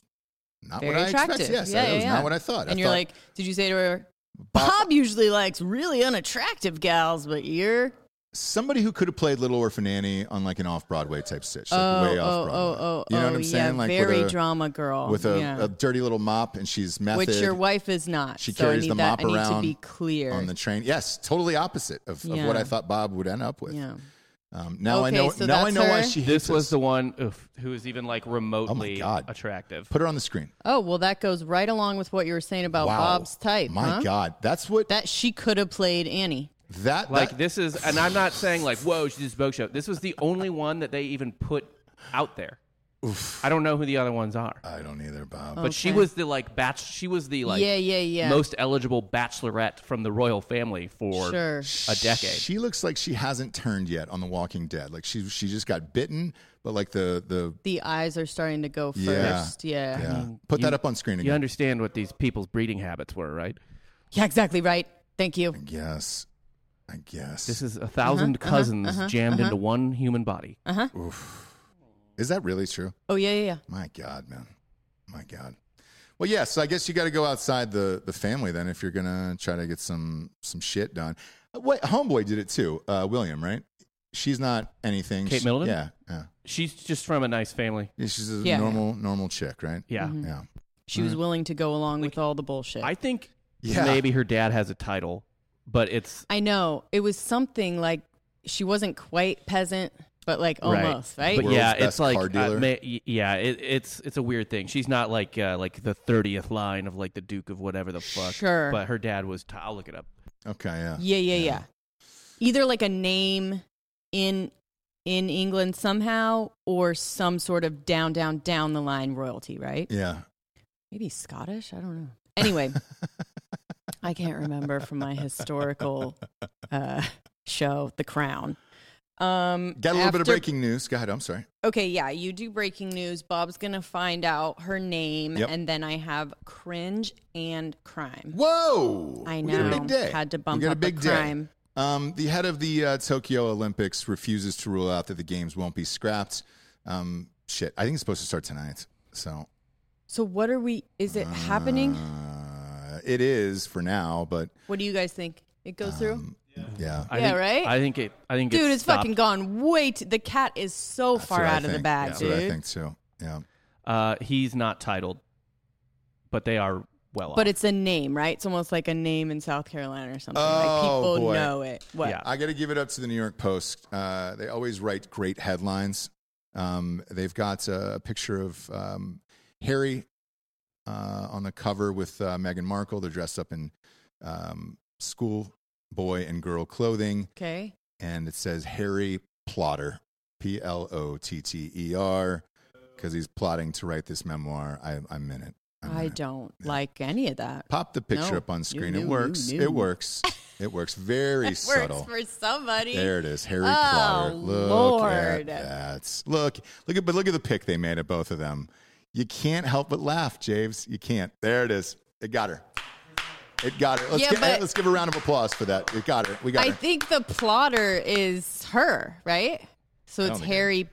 not
Very
what I
attractive.
expected. Yes,
Yeah,
that
yeah,
was
yeah.
not what I thought. I
And you're
thought-
like, did you say to her,
Bob-
Bob, usually likes really unattractive gals, but you're
somebody who could have played Little Orphan Annie on like an off Broadway type stitch, like
oh,
way
oh,
off
oh,
Broadway.
oh,
you know what
oh,
I'm
yeah,
saying? Like
very
with a
drama girl
with a,
yeah.
a dirty little mop, and she's method.
which your wife is not.
She
so I
carries
need
the mop
that. I need to
around
be clear.
on the train. Yes, totally opposite of, of what
Yeah.
I thought Bob would end up with.
yeah.
Um, now I
Okay,
know.
so
now I
that's
know why
her?
she. hates
This was
us.
the one oof, who was even like remotely
Oh God.
attractive.
Put her on the screen.
Oh well, that goes right along with what you were saying about
wow.
Oh, Bob's type.
My
huh?
God, that's what that
that she could have played Annie.
that
Like this is, and I'm not saying like, whoa, she did spoke show. This was the only one that they even put out there. I don't know who the other ones are,
I don't either, Bob.
but she
okay.
was the like batch. She was the like,
Yeah, yeah, yeah.
most eligible bachelorette from the royal family for
Sure.
a decade.
She looks like she hasn't turned yet on The Walking Dead. Like she she just got bitten, but like the the
The eyes are starting to go
Yeah.
first. Yeah.
yeah.
Yeah,
Put
You-
that up on screen
You
again.
understand what these people's breeding habits were, right?
exactly right. Thank you.
Yes, I guess.
This
Uh-huh,
is a 1000 cousins jammed into one human body.
is that really true?
Oh yeah, yeah, yeah.
My God, man. My God. Well, yes. I guess you got to go outside the the family then if you're gonna try to get some some shit done. Uh, What homeboy did it too? Uh, William, right? She's not anything.
Kate
She-
Middleton?
Yeah, yeah.
She's just from a nice family.
She's a
Yeah.
normal normal chick, right?
Yeah.
Mm-hmm.
Yeah.
She
Mm-hmm.
was willing to go along with all the bullshit.
I think
Yeah.
maybe her dad has a title, but it's
I know it was something like she wasn't quite peasant, but like almost right.
But
World's
yeah,
best
it's like
car dealer.
uh, ma- y- yeah, it, it's it's a weird thing. She's not like uh, like the thirtieth line of like the Duke of whatever the fuck.
Sure.
but her dad was. T- I'll look it up.
Okay. Yeah.
yeah, yeah, yeah, Either like a name in in England somehow, or some sort of down, down, down the line royalty, right?
Yeah.
Maybe Scottish. I don't know. Anyway, I can't remember from my historical uh, show, The Crown. Um,
Got a little bit of
after-
breaking news. Go ahead. I'm sorry.
Okay, yeah, you do breaking news. Bob's gonna find out her name,
Yep.
and then I have cringe and crime.
Whoa!
I
We got a
know.
big day.
Had to bump
we got
up
a
a
big
crime.
Day. Um, the head of the uh, Tokyo Olympics refuses to rule out that the games won't be scrapped. Um, shit, I think it's supposed to start tonight. So
So what are we? Is it happening?
uh, it is for now, but
What do you guys think? It goes
um,
through.
yeah,
I
Yeah,
think,
right?
I think it. I think
Dude,
it
it's
stopped.
fucking gone way too. The cat is so
That's
far
what I
out of the
think.
bag,
That's
dude.
what I think too. Yeah,
Uh, he's not titled, but they are well.
But
off.
it's a name, right? It's almost like a name in South Carolina or something.
Oh,
like people
boy.
know it. What?
Yeah.
I got to give it up to the New York Post. Uh, they always write great headlines. Um, they've got a picture of um, Harry uh, on the cover with uh, Meghan Markle. They're dressed up in um, school boy and girl clothing,
Okay.
and it says Harry Plotter, P L O T T E R, because he's plotting to write this memoir. I, I'm in it. I'm in
I
it.
don't like any of that.
Pop the picture
No,
up on
you
screen.
knew,
it
you
works.
knew.
It works. It works. Very
That
subtle.
works for somebody.
There it is, Harry
Oh,
Potter. Look at
Lord.
that. Look, look at, but look at the pick they made of both of them. You can't help but laugh, Javes. You can't. There it is. It got her. It got her. Let's,
Yeah,
get,
but-
let's give a round of applause for that. It got her. We got
I
her.
think the plotter is her, right? So
don't
it's
think it
Harry.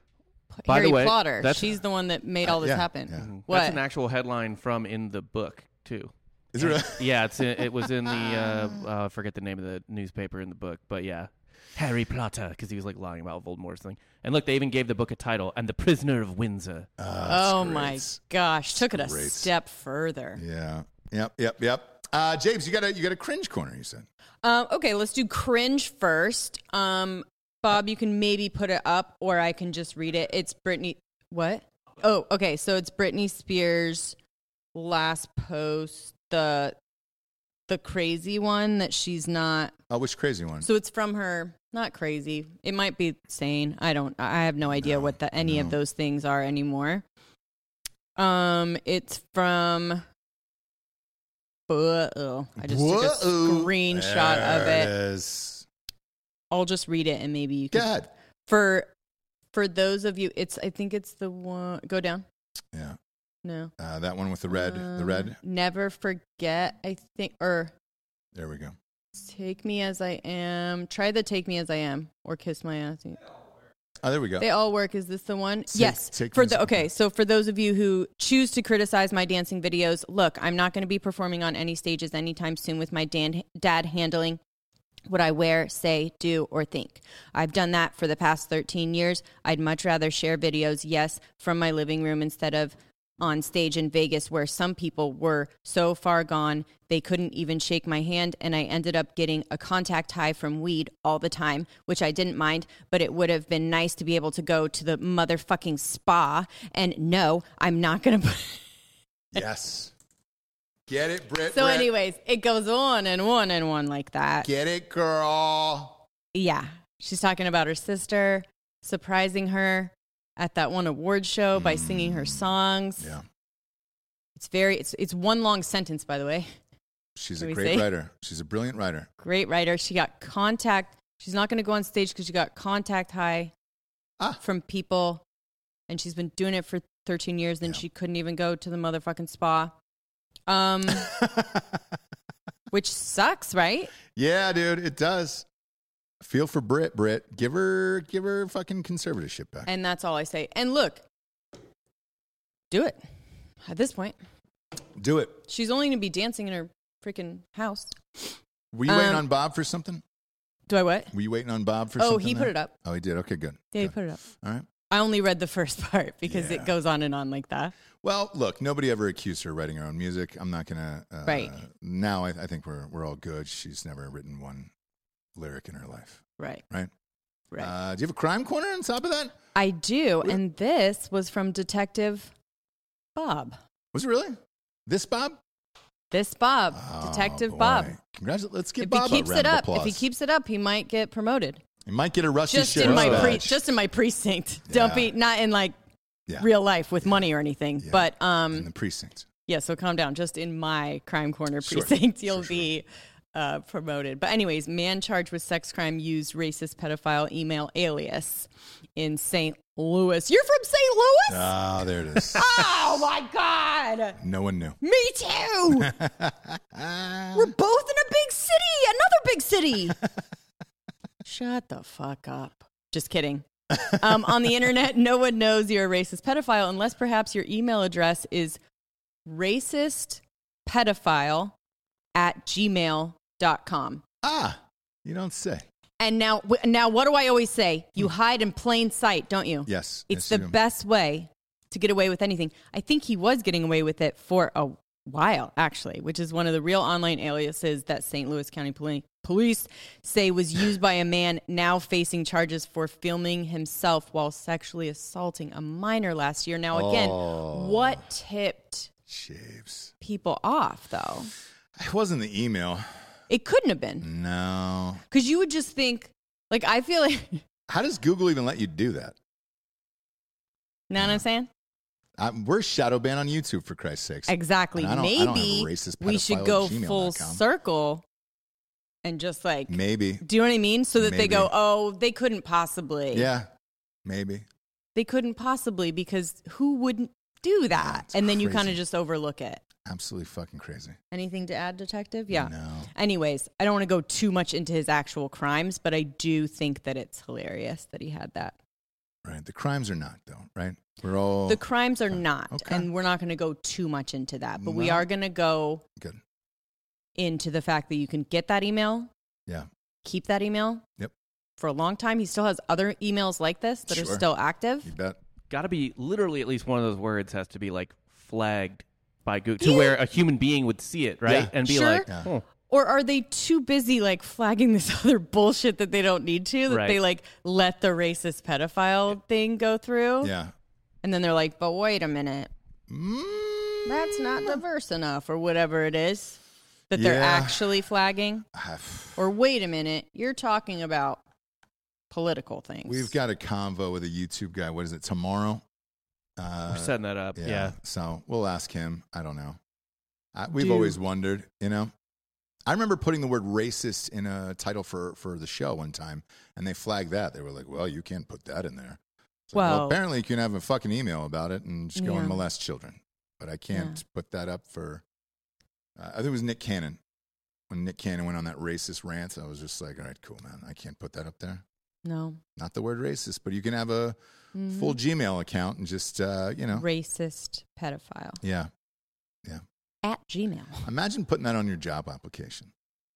By the
Harry
way,
Plotter.
that's-
She's the one that made all this
yeah,
happen.
yeah.
What?
That's an actual headline from in the book too.
Is there a,
Yeah, it's in, it was in the uh, uh, I forget the name of the newspaper in the book, but yeah, Harry Potter because he was like lying about Voldemort's thing. And look, they even gave the book a title, and the Prisoner of Windsor.
oh
Ah, great.
my gosh! Took it a
great.
step further.
yeah. Yep. Yep. Yep. Uh, James, you got a you got a cringe corner. You said.
Um, okay, let's do cringe first. Um, Bob, you can maybe put it up, or I can just read it. It's Britney. What? Oh, okay. So it's Britney Spears' last post, the the crazy one that she's not.
Oh, which crazy one?
So it's from her. Not crazy. It might be sane. I don't. I have no idea
No,
what the, any of
no.
those things are anymore. Um, it's from. Whoa. I just took a
Whoa.
screenshot of
There
it.
is.
I'll just read it and maybe you
Go
can
ahead.
for for those of you it's I think it's the one go down.
Yeah.
No.
Uh, that one with the red. the
Um,
red.
Never forget I think or
There we go.
take me as I am. Try the take me as I am or kiss my ass.
Oh, there we go.
They all work. Is this the one?
Take-
yes.
take
for
this-
the okay. So for those of you who choose to criticize my dancing videos, look, I'm not going to be performing on any stages anytime soon with my dan- dad handling what I wear, say, do, or think. I've done that for the past 13 years. I'd much rather share videos, yes, from my living room instead of on stage in Vegas where some people were so far gone they couldn't even shake my hand and I ended up getting a contact high from weed all the time which I didn't mind but it would have been nice to be able to go to the motherfucking spa and no I'm not going to
Yes. Get it, Brit.
So
Brit.
anyways it goes on and on and on like that
get it, girl.
Yeah. She's talking about her sister surprising her at that one award show by singing her songs.
Mm. Yeah,
It's very it's it's one long sentence by the way.
she's a
Can we
great
see?
writer. She's a brilliant writer.
Great writer. She got contact. She's not going to go on stage cuz she got contact high
Ah.
from people and she's been doing it for 13 years then
Yeah.
she couldn't even go to the motherfucking spa. Um which sucks, right?
yeah, dude, it does. Feel for Brit, Brit. Give her, give her fucking conservatorship back.
And that's all I say. And look. Do it. At this point,
Do it.
She's only going to be dancing in her freaking house.
Were you waiting
Um,
on Bob for something?
Do I what?
Were you waiting on Bob for
Oh,
something?
he put
there?
it up.
Oh, he did. Okay, good.
Yeah, you
Good.
put it up.
All right.
I only read the first part because
Yeah.
it goes on and on like that.
Well, look, nobody ever accused her of writing her own music. I'm not gonna. Uh,
Right.
Now, I, I think we're we're all good. She's never written one lyric in her life.
Right.
Right.
Right.
Uh, do you have a crime corner on top of that?
I do. And this was from Detective Bob.
Was it really this Bob?
This Bob, Detective Bob.
Congratulations. Let's Oh, give
If
Bob
he keeps
a round
it
of
up, if
applause.
he keeps it up, he might get promoted.
He might get a rusty
Just in
sheriff's
my pre-
badge.
just in my precinct.
Yeah.
Dumpy, not in like
Yeah.
real life with money or anything.
Yeah.
But
in
um
the precinct.
Yeah, so calm down. Just in my crime corner
Sure.
precinct,
Sure,
you'll
sure.
be uh, promoted. But anyways, man charged with sex crime used racist pedophile email alias in St. Louis. You're from St. Louis?
Ah, there it is.
Oh my God!
no one knew.
Me too. We're both in a big city. Another big city. Shut the fuck up. Just kidding. Um, on the internet, no one knows you're a racist pedophile unless perhaps your email address is racist pedophile at gmail.com.
ah, you don't say.
And now, wh- now, what do I always say? You hide in plain sight, don't you?
Yes. yes,
It's
you
the
do.
best way to get away with anything. I think he was getting away with it for a Weil, actually, which is one of the real online aliases that St. Louis County Poli- Police say was used by a man now facing charges for filming himself while sexually assaulting a minor last year. Now, again,
Oh.
what tipped
Shapes.
people off, though?
It wasn't the email.
It couldn't have
Mm.
been.
No.
Because you would just think, like, I feel like, know
How does Google even let you do that?
what
Mm.
I'm saying?
i we're shadow banned on YouTube for Christ's sakes.
Exactly.
And I don't- I don't have a
Maybe
racist
we should
pedophile
go
at gmail.com.
full circle and just like,
Maybe.
do you know what I mean? So that they
Maybe.
go, oh, they couldn't possibly.
Yeah. Maybe.
They couldn't possibly because who wouldn't do that?
it's
and then you
crazy.
kind of just overlook it.
Absolutely fucking crazy.
Anything to add, Detective? Yeah.
No.
Anyways, I don't want to go too much into his actual crimes, but I do think that it's hilarious that he had that.
Right. The crimes are not though. Right. We're all
The crimes are not,
Oh, Okay.
and we're not going to go too much into that, but we
No.
are going to go
good.
into the fact that you can get that email,
Yeah.
keep that email.
Yep.
For a long time, he still has other emails like this that
Sure.
are still active.
You bet.
Got to be literally at least one of those words has to be like flagged by Google to where a human being would see it, right?
Yeah.
And be
Sure.
like, "Oh,
Yeah.
"Huh,
Or are they too busy like flagging this other bullshit that they don't need to that
Right.
they like let the racist pedophile thing go through?
Yeah. Mm.
And then they're like, "But wait a minute. That's not diverse enough or whatever it is that they're
Yeah.
actually flagging."
Ah,
Or wait a minute, you're talking about political things.
We've got a convo with a YouTube guy. What is it? Tomorrow. Uh,
we're setting that up. Yeah.
So we'll ask him. I don't know. I, we've
Do-
always wondered, you know. I remember putting the word racist in a title for, for the show one time, and they flagged that. They were like, well, you can't put that in there. It's like,
Well-
apparently you can have a fucking email about it and just go
Yeah.
and molest children. But I can't put that up for, uh, I think it was Nick Cannon. When Nick Cannon went on that racist rant, I was just like, all right, cool, man. I can't put that up there.
no
Not the word racist, but you can have a full Gmail account and just, uh, you know.
racist pedophile
yeah.
at Gmail.
Imagine putting that on your job application.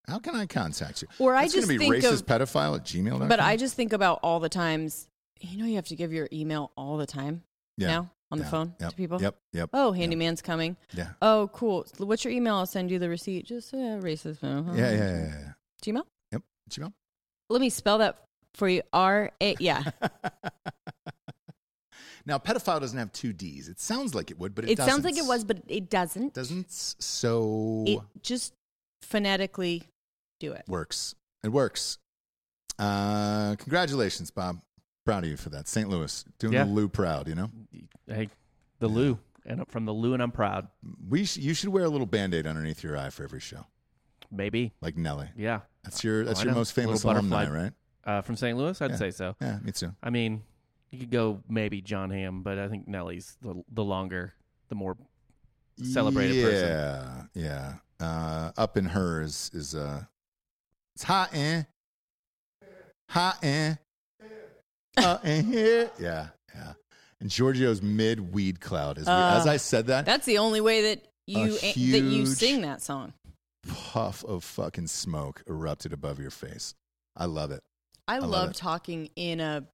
How can I contact you?
Or I
That's
just
gonna be
think
racist
of-
pedophile at gmail.com.
But I just think about all the times. You know, you have to give your email all the time
yeah.
now on the
yeah,
phone
yep,
to people.
Yep. Yep.
Oh,
yep,
handyman's coming.
Yeah.
Oh, cool. What's your email? I'll send you the receipt. Just uh, racist. uh,
Yeah. Yeah. Yeah. yeah, yeah.
Gmail.
Yep. Gmail.
Let me spell that for you. R A. Yeah.
Now, pedophile doesn't have two D's. It sounds like it would, but it,
it sounds like
doesn't.
it was, but it doesn't.
Doesn't so
It just phonetically do it.
works. It works. Uh, congratulations, Bob. Proud of you for that. St. Louis doing
Yeah.
the Lou proud. You know,
Hey, the Lou. And I'm from the Lou, and I'm proud.
we sh- you should wear a little band aid underneath your eye for every show,
Maybe.
like Nelly.
Yeah.
That's your that's
I
your
know.
most famous
Little
alumni,
butterfly.
right?
Uh, from St. Louis, I'd
Yeah.
say so.
Yeah, me too.
I mean, you could go maybe John Hamm, but I think Nelly's the, the longer, the more celebrated
yeah,
person.
Yeah, yeah. Uh, up in her is is uh, it's hot in, hot in, hot in here. Yeah, yeah. And Giorgio's mid weed cloud. As, we, as I said Uh, that,
That's the only way that you that you
huge-
sing that song.
puff of fucking smoke erupted above your face. I love it.
I,
love
love,
it.
talking in a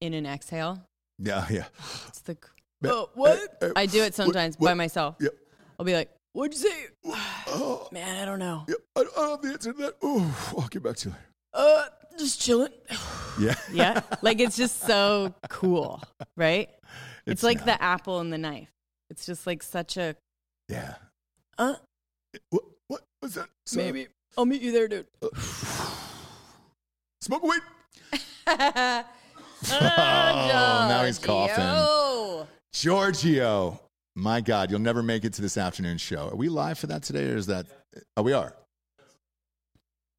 in an exhale.
Yeah, yeah.
It's the
But-
oh, what
uh, uh,
I do
what-
it sometimes
what-
by myself.
Yep.
I'll be like, "What'd you say?"
Oh,
Man, I don't know.
yep. I, I don't have the answer to that. Ooh, I'll get back to you later.
Uh, just chilling.
Yeah,
yeah, like it's just so cool, right? It's, like
not-
the apple and the knife. It's just like such a
Yeah.
uh.
What? What was that? Sorry.
Maybe I'll meet you there, dude.
Smoke weed.
oh,
now he's coughing.
Giorgio.
Giorgio. My God, you'll never make it to this afternoon show. Are we live for that today, or is that? Oh, we are.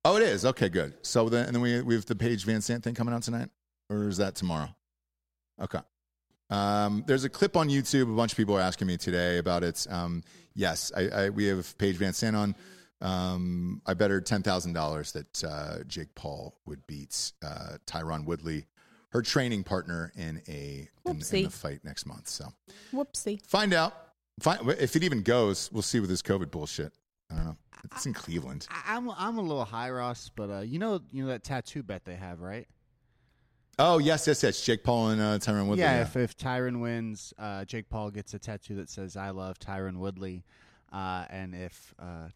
Oh, it is. Okay, good. So then, and then we we have the Paige Van Sant thing coming out tonight, or is that tomorrow? Okay. Um, there's a clip on YouTube. A bunch of people are asking me today about it. Um, yes, I, I, we have Paige Van Sant on. Um, I bet her ten thousand dollars that uh, Jake Paul would beat uh, Tyron Woodley, her training partner, in a in, in the
Whoopsie.
fight next month. So
Whoopsie.
find out. Find, if it even goes, we'll see with this COVID bullshit. I don't know. It's in Cleveland.
I, I'm I'm a little high, Ross, but uh, you know you know that tattoo bet they have, right?
Oh yes, yes, yes. Jake Paul and uh, Tyron Woodley.
yeah, if if Tyron wins, uh, Jake Paul gets a tattoo that says "I love Tyron Woodley." Uh, and if uh,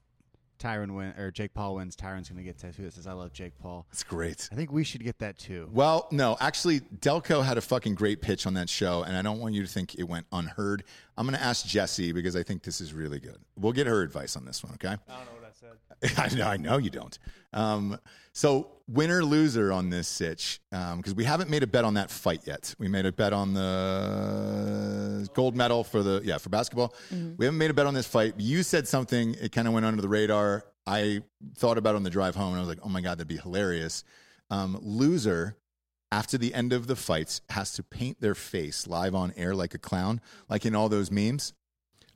Tyron win or Jake Paul wins, Tyron's going to get a tattoo that says "I love Jake Paul."
It's great.
I think we should get that too.
Well, no, actually, Delco had a fucking great pitch on that show, and I don't want you to think it went unheard. I'm going to ask Jesse because I think this is really good. We'll get her advice on this one, okay?
I don't know what I said.
I know, I know you don't. Um, so winner loser on this sitch because we haven't made a bet on that fight yet. We made a bet on the gold medal for the yeah for basketball. We haven't made a bet on this fight. You said something; it kind of went under the radar. I thought about it on the drive home, and I was like, "Oh my god, that'd be hilarious." Um, loser after the end of the fights has to paint their face live on air like a clown, like in all those memes.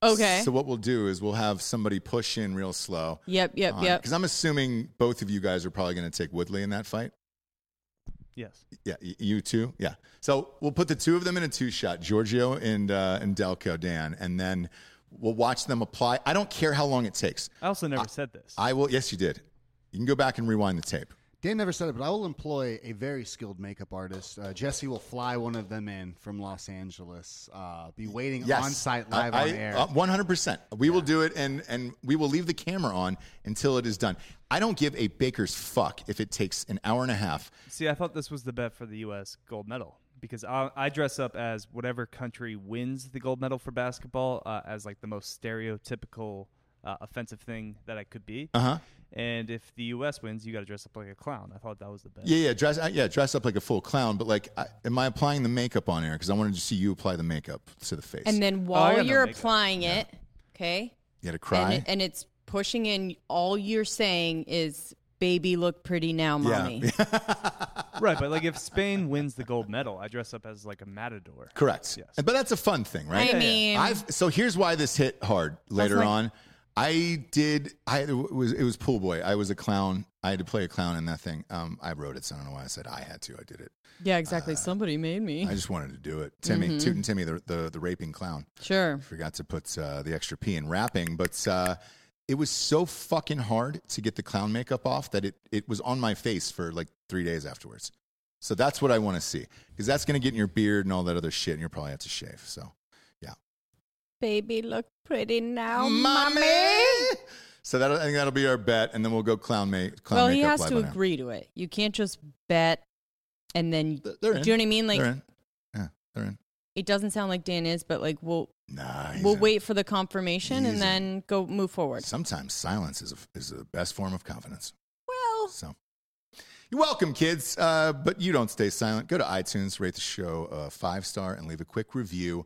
Okay.
So what we'll do is we'll have somebody push in real slow.
yep, yep, yep.
Because I'm assuming both of you guys are probably going to take Woodley in that fight.
Yes.
Yeah, y- you two. Yeah. So we'll put the two of them in a two shot, Giorgio and uh, and Delco Dan, and then we'll watch them apply. I don't care how long it takes.
I also never said this.
I will. Yes, you did. You can go back and rewind the tape.
Dan never said it, but I will employ a very skilled makeup artist. Uh, Jesse will fly one of them in from Los Angeles. Uh, be waiting
Yes,
on site, live
I- uh,
on air.
One hundred percent. We will do it, and and we will leave the camera on until it is done. I don't give a baker's fuck if it takes an hour and a half.
See, I thought this was the bet for the U.S. gold medal because I, I dress up as whatever country wins the gold medal for basketball uh, as like the most stereotypical uh, offensive thing that I could be. Uh huh. And if the U.S. wins, you got to dress up like a clown. I thought that was the bet.
Yeah, yeah, dress, uh, yeah, dress up like a full clown. But like, I, am I applying the makeup on air? Because I wanted to see you apply the makeup to the face.
And then
I
while
got no
you're
makeup.
applying it, okay,
you had to
and,
cry.
it- and it's pushing in, all you're saying is, baby, look pretty now, mommy.
Right, but like if Spain wins the gold medal, I dress up as like a matador.
Correct.
Yes.
But that's a fun thing, right?
I mean,
I've so here's why this hit hard later on. I did. I it was it was pool boy. I was a clown. I had to play a clown in that thing. Um, I wrote it, so I don't know why I said I had to. I did it.
yeah, exactly. Somebody made me.
I just wanted to do it. Timmy, Toot and Timmy, the, the the raping clown.
sure.
Forgot to put uh, the extra P in rapping, but uh, it was so fucking hard to get the clown makeup off that it, it was on my face for like three days afterwards. So that's what I want to see because that's going to get in your beard and all that other shit, and you'll probably have to shave. So,
Baby, look pretty now,
So that I think that'll be our bet, and then we'll go clown, ma- clown
Well,
makeup.
he has
live
to
on air.
agree to it. You can't just bet and then.
Th- They're in.
Do you know what I mean? Like,
they're in. Yeah, they're in.
it doesn't sound like Dan is, but like we'll
Nah, he's
we'll
in.
wait for the confirmation
He's in.
and then go move forward.
Sometimes silence is a, is the best form of confidence.
Well,
So you're welcome, kids. Uh, but you don't stay silent. Go to iTunes, rate the show uh, five star, and leave a quick review.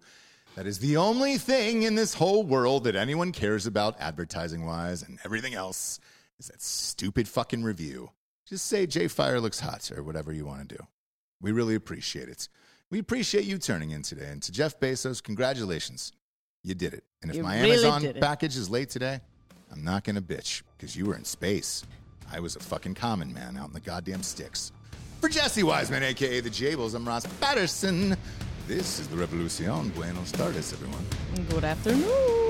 That is the only thing in this whole world that anyone cares about, advertising wise, and everything else is that stupid fucking review. Just say J Fire looks hot or whatever you want to do. We really appreciate it. We appreciate you turning in today. And to Jeff Bezos, congratulations. You did it. And if
You
my
really
Amazon
did it.
package is late today, I'm not going to bitch because you were in space. I was a fucking common man out in the goddamn sticks. For Jesse Wiseman, aka The Jables, I'm Ross Patterson. This is the Revolucion. Buenos tardes, everyone.
good afternoon.